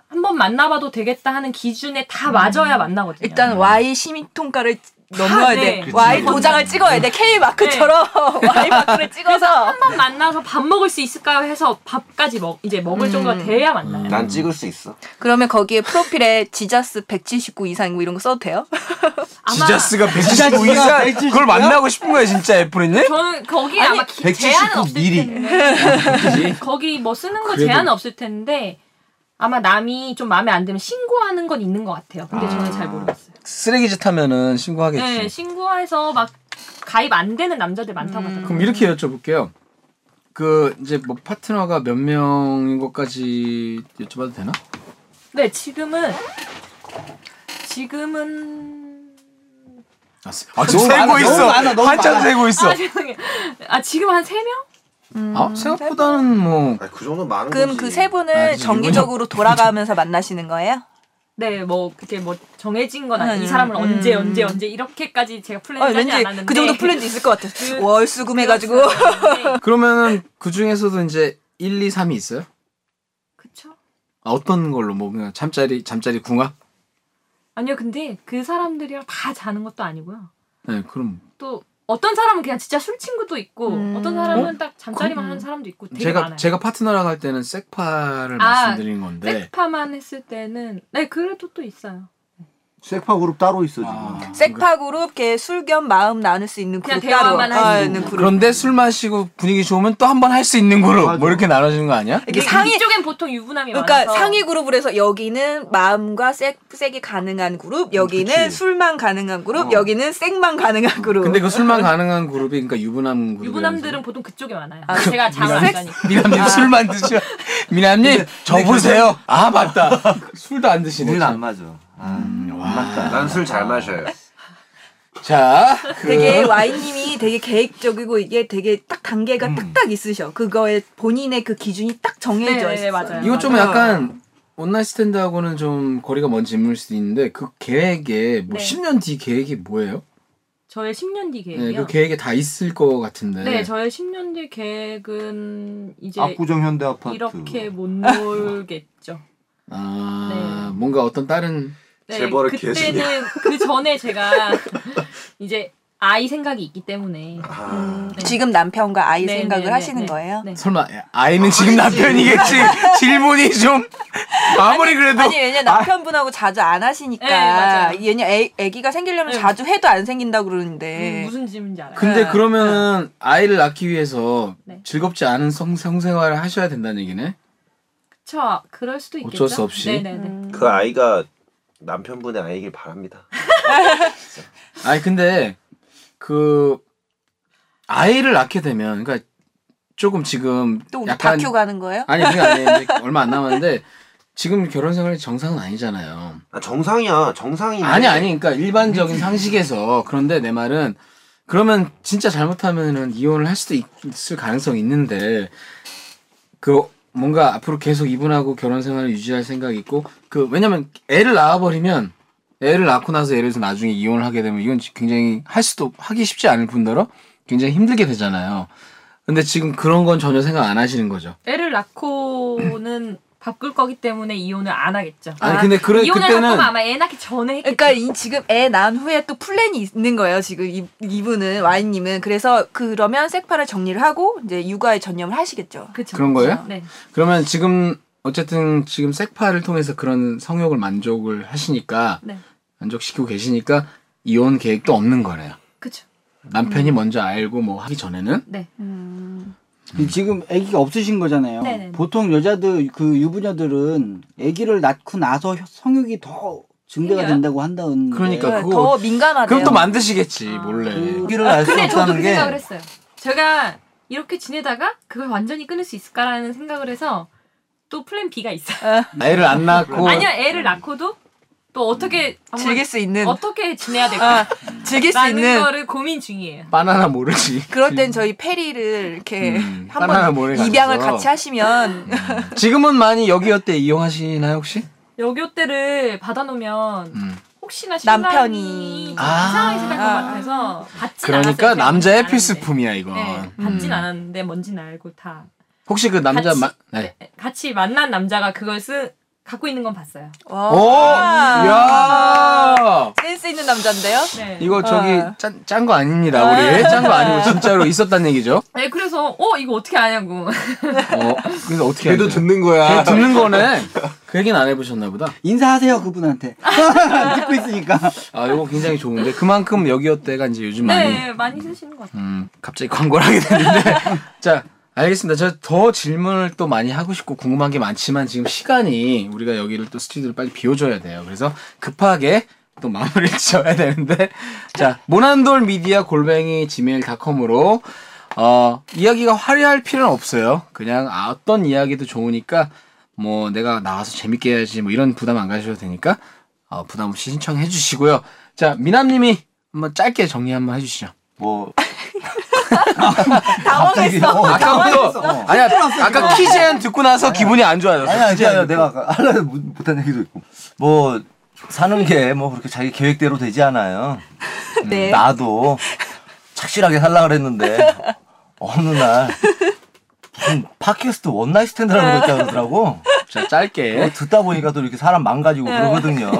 Speaker 4: 한번 만나봐도 되겠다 하는 기준에 다
Speaker 1: 음.
Speaker 4: 맞아야 만나거든요.
Speaker 3: 일단 Y 시민통과를 넘어야
Speaker 4: 아,
Speaker 3: 돼.
Speaker 4: 네. 음.
Speaker 3: Y
Speaker 6: 음. 그치.
Speaker 3: 도장을 찍어야 돼. K 마크처럼 [LAUGHS] Y 마크를 찍어서.
Speaker 4: 한 번 만나서 밥 먹을 수 있을까요 해서 밥까지 먹 이제 먹을 정도가
Speaker 1: 음.
Speaker 4: 돼야 만나요.
Speaker 5: 난 찍을 수 있어.
Speaker 3: 그러면 거기에 프로필에 지자스 179 이상 뭐 이런 거 써도 돼요?
Speaker 4: 아마
Speaker 1: 지자스가 175 이상 그걸 만나고 싶은 거야 진짜 애플이님?
Speaker 4: 저는 거기 에 아마 기,
Speaker 6: 179
Speaker 4: 제한은 없을
Speaker 6: 미리.
Speaker 4: 텐데
Speaker 1: 아,
Speaker 4: [LAUGHS] 거기 뭐 쓰는 거 제한은 없을 텐데 아마 남이 좀 마음에 안 들면 신고하는 건 있는 것 같아요. 근데 저는 잘 모르겠어요.
Speaker 1: 쓰레기짓 하면은 신고하겠지.
Speaker 4: 네, 신고해서 막 가입 안 되는 남자들 많다고 하더라고요.
Speaker 1: 음. 그럼 이렇게 여쭤볼게요. 그 이제 뭐 파트너가 몇 명인 것까지 여쭤봐도 되나?
Speaker 4: 네, 지금은 지금은
Speaker 1: 아, 지금
Speaker 6: 많아, 너무 많아, 너무
Speaker 1: 한참
Speaker 6: 많아.
Speaker 1: 세고 있어.
Speaker 4: 아, 죄송해요. 아, 지금 한 세명 음.
Speaker 1: 아, 생각보다는 뭐
Speaker 5: 아니, 그 정도 많은
Speaker 3: 그럼 그 세 분을
Speaker 1: 아, 진짜
Speaker 3: 정기적으로 돌아가면서 만나시는 거예요?
Speaker 4: 네, 뭐 그게 뭐 정해진 건
Speaker 3: 음,
Speaker 4: 아니. 이 사람을 언제
Speaker 3: 음.
Speaker 4: 언제 언제 이렇게까지 제가
Speaker 3: 어,
Speaker 4: 플랜을 짜지
Speaker 3: 왠지
Speaker 4: 않았는데
Speaker 3: 그
Speaker 4: [LAUGHS]
Speaker 3: 정도 플랜도 있을 것 같아.
Speaker 4: 그-
Speaker 3: 월수금 해가지고.
Speaker 4: 그랬었는데.
Speaker 1: 그러면은 그 중에서도 이제 1, 2, 3이 있어요?
Speaker 4: 그쵸?
Speaker 1: 아, 어떤 걸로 뭐 그냥 잠자리 잠자리 궁합?
Speaker 4: 아니요, 근데 그 사람들이랑 다 자는 것도 아니고요.
Speaker 1: 네, 그럼
Speaker 4: 또 어떤 사람은 그냥 진짜 술 친구도 있고
Speaker 3: 음.
Speaker 4: 어떤 사람은 딱 잠자리만
Speaker 3: 그-
Speaker 4: 하는 사람도 있고 되게
Speaker 1: 제가
Speaker 4: 많아요.
Speaker 1: 제가 파트너랑 할 때는 섹파를
Speaker 4: 아,
Speaker 1: 말씀드린 건데
Speaker 4: 섹파만 했을 때는 네 그래도 또 있어요.
Speaker 6: 셀파 그룹 따로 있어 지금.
Speaker 1: 아.
Speaker 3: 섹파 그룹 걔술겸 마음 나눌 수 있는
Speaker 4: 그냥
Speaker 3: 그룹 따로
Speaker 4: 대화만
Speaker 3: 아,
Speaker 4: 할수
Speaker 3: 있는
Speaker 4: 있는.
Speaker 3: 그룹.
Speaker 1: 그런데 술 마시고 분위기 좋으면 또 한 번 할 수 있는 그룹 뭐 이렇게 나눠지는 거 아니야?
Speaker 3: 이게
Speaker 4: 근데
Speaker 3: 상위
Speaker 4: 이쪽엔 보통 유부남이
Speaker 3: 그러니까
Speaker 4: 많아서
Speaker 3: 상위 그룹을 해서 여기는 마음과 섹, 섹이 가능한
Speaker 1: 음,
Speaker 3: 그룹, 여기는 술만 가능한 그룹, 여기는 섹만 가능한 그룹.
Speaker 1: 어. 근데 그 술만 가능한 그룹이 그러니까 유부남 그룹
Speaker 4: 유부남들은 보통 그쪽에 많아요. 제가 잠을 안
Speaker 3: 섹스-
Speaker 4: 자니까.
Speaker 1: 미남님 술만 드셔 미남님 저 보세요 아 맞다 [LAUGHS] 술도 안 드시네
Speaker 6: 우리는 안 맞아. 아,
Speaker 1: 음.
Speaker 6: 안 맞다.
Speaker 5: 난 술 잘 마셔요.
Speaker 1: 자
Speaker 3: 되게 와이님이 되게 계획적이고 이게 되게 딱 단계가
Speaker 1: 음.
Speaker 3: 딱딱 있으셔. 그거에 본인의 그 기준이 딱 정해져
Speaker 4: 네, 네,
Speaker 3: 있어.
Speaker 4: 맞아요.
Speaker 1: 이거 좀
Speaker 4: 맞아요.
Speaker 1: 약간 원나잇 스탠드하고는 좀 거리가 먼 질문일 수도 있는데 그 계획에 뭐
Speaker 4: 네.
Speaker 1: 10년 뒤 계획이 뭐예요?
Speaker 4: 저의 10년 뒤
Speaker 1: 네,
Speaker 4: 계획이요.
Speaker 1: 그 계획에 다 있을 것 같은데
Speaker 4: 네, 저의 10년 뒤 계획은 이제
Speaker 6: 압구정 현대 아파트.
Speaker 4: 이렇게 못 놀겠죠.
Speaker 1: 아
Speaker 4: 네.
Speaker 1: 뭔가 어떤 다른
Speaker 4: 네,
Speaker 5: 재벌을
Speaker 4: 그때는 그 전에 제가 [LAUGHS] 이제 아이 생각이 있기 때문에
Speaker 1: 아.
Speaker 3: 네. 지금 남편과 아이
Speaker 4: 음. 네,
Speaker 3: 생각을
Speaker 4: 네, 네,
Speaker 3: 하시는
Speaker 4: 네.
Speaker 3: 거예요?
Speaker 4: 네.
Speaker 1: 설마 아이는 지금 남편이겠지 [LAUGHS] 질문이 좀 네. 아무리 그래도
Speaker 3: 아니 왜냐 남편분하고 자주 안 하시니까
Speaker 4: 네, 맞아요.
Speaker 3: 왜냐 애, 애기가 생기려면
Speaker 4: 네.
Speaker 3: 자주 해도 안 생긴다
Speaker 4: 음,
Speaker 3: 그러는데
Speaker 4: 무슨 질문인지 알아요.
Speaker 1: 근데
Speaker 3: 네.
Speaker 1: 그러면은 아이를 낳기 위해서
Speaker 4: 네.
Speaker 1: 즐겁지 않은 성, 성생활을 하셔야 된다는 얘기네
Speaker 4: 그쵸, 그럴 수도 있겠죠.
Speaker 1: 어쩔 수 없이.
Speaker 4: 네네네.
Speaker 3: 음.
Speaker 5: 그 아이가 남편분의 아이길 바랍니다.
Speaker 1: 아니 근데 그 아이를 낳게 되면 그러니까 조금 지금
Speaker 3: 또 우리
Speaker 1: 약간
Speaker 3: 다큐 가는 거예요?
Speaker 1: 아니 그게 아니에요. 이제 얼마 안 남았는데 지금 결혼 생활이 정상은 아니잖아요.
Speaker 5: 아, 정상이야. 정상이.
Speaker 1: 아니 아니 그러니까 일반적인 상식에서 그런데 내 말은 그러면 진짜 잘못하면은 이혼을 할 수도 있- 있을 가능성이 있는데 그 뭔가 앞으로 계속 이분하고 결혼 생활을 유지할 생각이 있고 그 왜냐면 애를 낳아버리면 애를 낳고 나서 예를 들어서 나중에 이혼을 하게 되면 이건 굉장히 할 수도 하기 쉽지 않을 뿐더러 굉장히 힘들게 되잖아요. 근데 지금 그런 건 전혀 생각 안 하시는 거죠.
Speaker 4: 애를 낳고는 바꿀 거기 때문에 이혼을 안 하겠죠.
Speaker 1: 아니 근데 그래
Speaker 4: 이혼을 할 거면
Speaker 1: 그때는
Speaker 4: 아마 애 낳기 전에 했겠죠.
Speaker 3: 그러니까 이 지금 애 낳은 후에 또 플랜이 있는 거예요 지금 이, 이분은 와인님은 그래서 그러면 섹파를 정리를 하고 이제 육아에 전념을 하시겠죠
Speaker 4: 그쵸.
Speaker 1: 그런 거예요?
Speaker 4: 네.
Speaker 1: 그러면 지금 어쨌든 지금 섹파를 통해서 그런 성욕을 만족을 하시니까
Speaker 4: 네.
Speaker 1: 만족시키고 계시니까 이혼 계획도 없는 거래요.
Speaker 4: 그쵸.
Speaker 1: 남편이
Speaker 4: 음.
Speaker 1: 먼저 알고 뭐 하기 전에는
Speaker 4: 네.
Speaker 2: 음. 지금 아기가 없으신 거잖아요.
Speaker 4: 네네네.
Speaker 2: 보통 여자들 그 유부녀들은 아기를 낳고 나서 혀- 성욕이 더 증대가
Speaker 4: 생겨요?
Speaker 2: 된다고 한다는
Speaker 1: 그러니까
Speaker 3: 네,
Speaker 1: 그거-
Speaker 3: 더
Speaker 4: 아,
Speaker 3: 민감하네요
Speaker 1: 그럼 또 만드시겠지 몰래.
Speaker 6: 여기를 알 수
Speaker 4: 근데 저도
Speaker 6: 없다는
Speaker 4: 그
Speaker 6: 게
Speaker 4: 생각을 했어요. 제가 이렇게 지내다가 그걸 완전히 끊을 수 있을까라는 생각을 해서 또 플랜 B가 있어요.
Speaker 1: 애를 안 낳고
Speaker 4: 아니야 애를 낳고도 또 어떻게 정말
Speaker 3: 어. 음. 즐길 수 있는 아,
Speaker 4: 어떻게 지내야 될까?
Speaker 3: 즐길 수
Speaker 4: 라는
Speaker 3: 있는
Speaker 4: 거를 고민 중이에요.
Speaker 1: 바나나 모르지.
Speaker 3: 그럴 땐 저희 페리를 이렇게
Speaker 1: 음, 바나나 모래
Speaker 3: 한번 입양을
Speaker 1: 가져서.
Speaker 3: 같이
Speaker 1: [LAUGHS]
Speaker 3: 하시면
Speaker 1: 지금은 많이 여기 어때 이용하시나요 혹시?
Speaker 4: 여교 때를 받아놓으면
Speaker 1: 음.
Speaker 4: 혹시나
Speaker 3: 남편이.
Speaker 4: 남편이
Speaker 1: 아.
Speaker 4: 이상하게 생각할 것
Speaker 3: 아.
Speaker 4: 같아서 받진
Speaker 1: 그러니까
Speaker 4: 않았어요.
Speaker 1: 남자의
Speaker 4: 받진
Speaker 1: 필수품이야 아. 이건.
Speaker 4: 않았는데.
Speaker 3: 음.
Speaker 4: 네, 받진 않았는데 뭔지는 알고 다
Speaker 1: 혹시 그 남자
Speaker 4: 같이-
Speaker 1: 마... 네.
Speaker 4: 같이 만난 남자가 그걸 쓰 갖고 있는 건 봤어요.
Speaker 3: 와.
Speaker 1: 오, 야.
Speaker 4: 아.
Speaker 3: 센스 있는 남자인데요
Speaker 4: 네.
Speaker 1: 이거 저기
Speaker 3: 아.
Speaker 1: 짠 거 아닙니다. 우리 짠 거 아니고 진짜로 있었단 얘기죠.
Speaker 4: 네, 그래서 어 이거 어떻게 아냐고.
Speaker 1: 어, 그래서 어떻게
Speaker 5: 걔도
Speaker 1: 알죠?
Speaker 5: 듣는 거야.
Speaker 1: 걔 듣는 거네. 그 얘기는 안 해보셨나 보다.
Speaker 2: 인사하세요 그분한테 [LAUGHS] 듣고 있으니까
Speaker 1: 아, 이거 굉장히 좋은데 그만큼 여기어때가 이제 요즘 많이
Speaker 4: 네, 많이 쓰시는 것 같아요.
Speaker 1: 음, 갑자기 광고를 하게 됐는데 [LAUGHS] 자. 알겠습니다. 저 더 질문을 또 많이 하고 싶고 궁금한 게 많지만 지금 시간이 우리가 여기를 또 스튜디오를 빨리 비워줘야 돼요. 그래서 급하게 또 마무리를 [LAUGHS] 지어야 되는데 자 모난돌 미디어 골뱅이 gmail.com으로 어, 이야기가 화려할 필요는 없어요. 그냥 아, 어떤 이야기도 좋으니까 뭐 내가 나와서 재밌게 해야지 뭐 이런 부담 안 가셔도 되니까 어, 부담 없이 신청해 주시고요. 자 미남님이 한번 짧게 정리 한번 해주시죠.
Speaker 3: [LAUGHS]
Speaker 6: 뭐
Speaker 3: 당황했어
Speaker 1: 아까부터 뭐, 아니야 아까 키젠 듣고 나서 기분이 안 좋아졌어.
Speaker 6: 아니 아니
Speaker 1: 키젠
Speaker 6: 진짜요.
Speaker 1: 듣고.
Speaker 6: 내가 아까 하려다 못- 못한 얘기도 있고 뭐 사는 게 뭐 그렇게 자기 계획대로 되지 않아요.
Speaker 3: 네.
Speaker 6: 나도 착실하게 살라 그랬는데 어느 날 무슨 팟캐스트 원나잇 스탠드라고 뭐 그랬다 그러더라고.
Speaker 1: 자 짧게
Speaker 3: 네.
Speaker 6: 듣다 보니까 또 이렇게 사람 망가지고 그러거든요.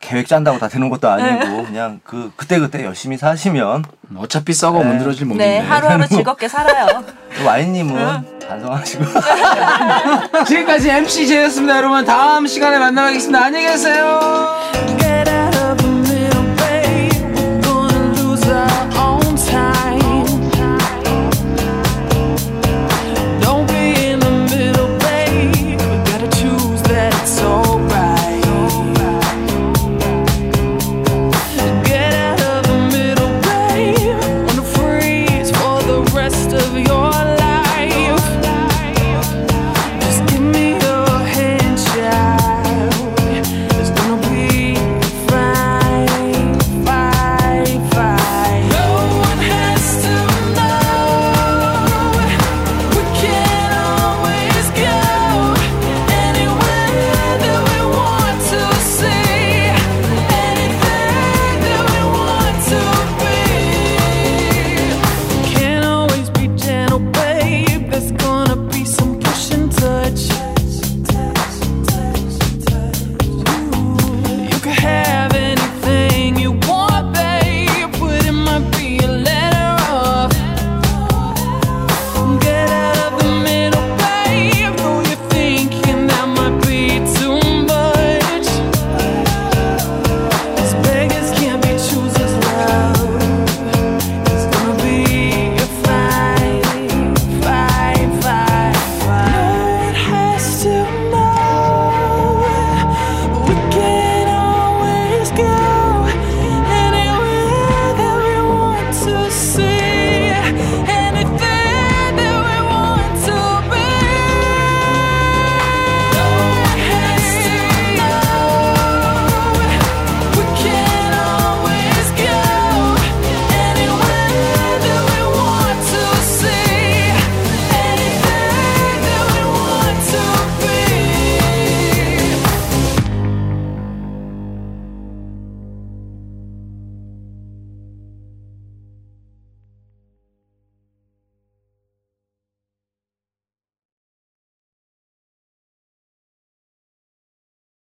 Speaker 6: 계획 짠다고 다 되는 것도
Speaker 3: 네.
Speaker 6: 아니고 그냥 그 그때 그때 열심히 사시면
Speaker 1: 어차피 썩어 문드러질 몸인데.
Speaker 3: 네, 하루하루 즐겁게 살아요.
Speaker 6: 또 와인님은 반성하시고
Speaker 1: 지금까지 MC 제였습니다, 여러분. 다음 시간에 만나뵙겠습니다. 안녕히 계세요.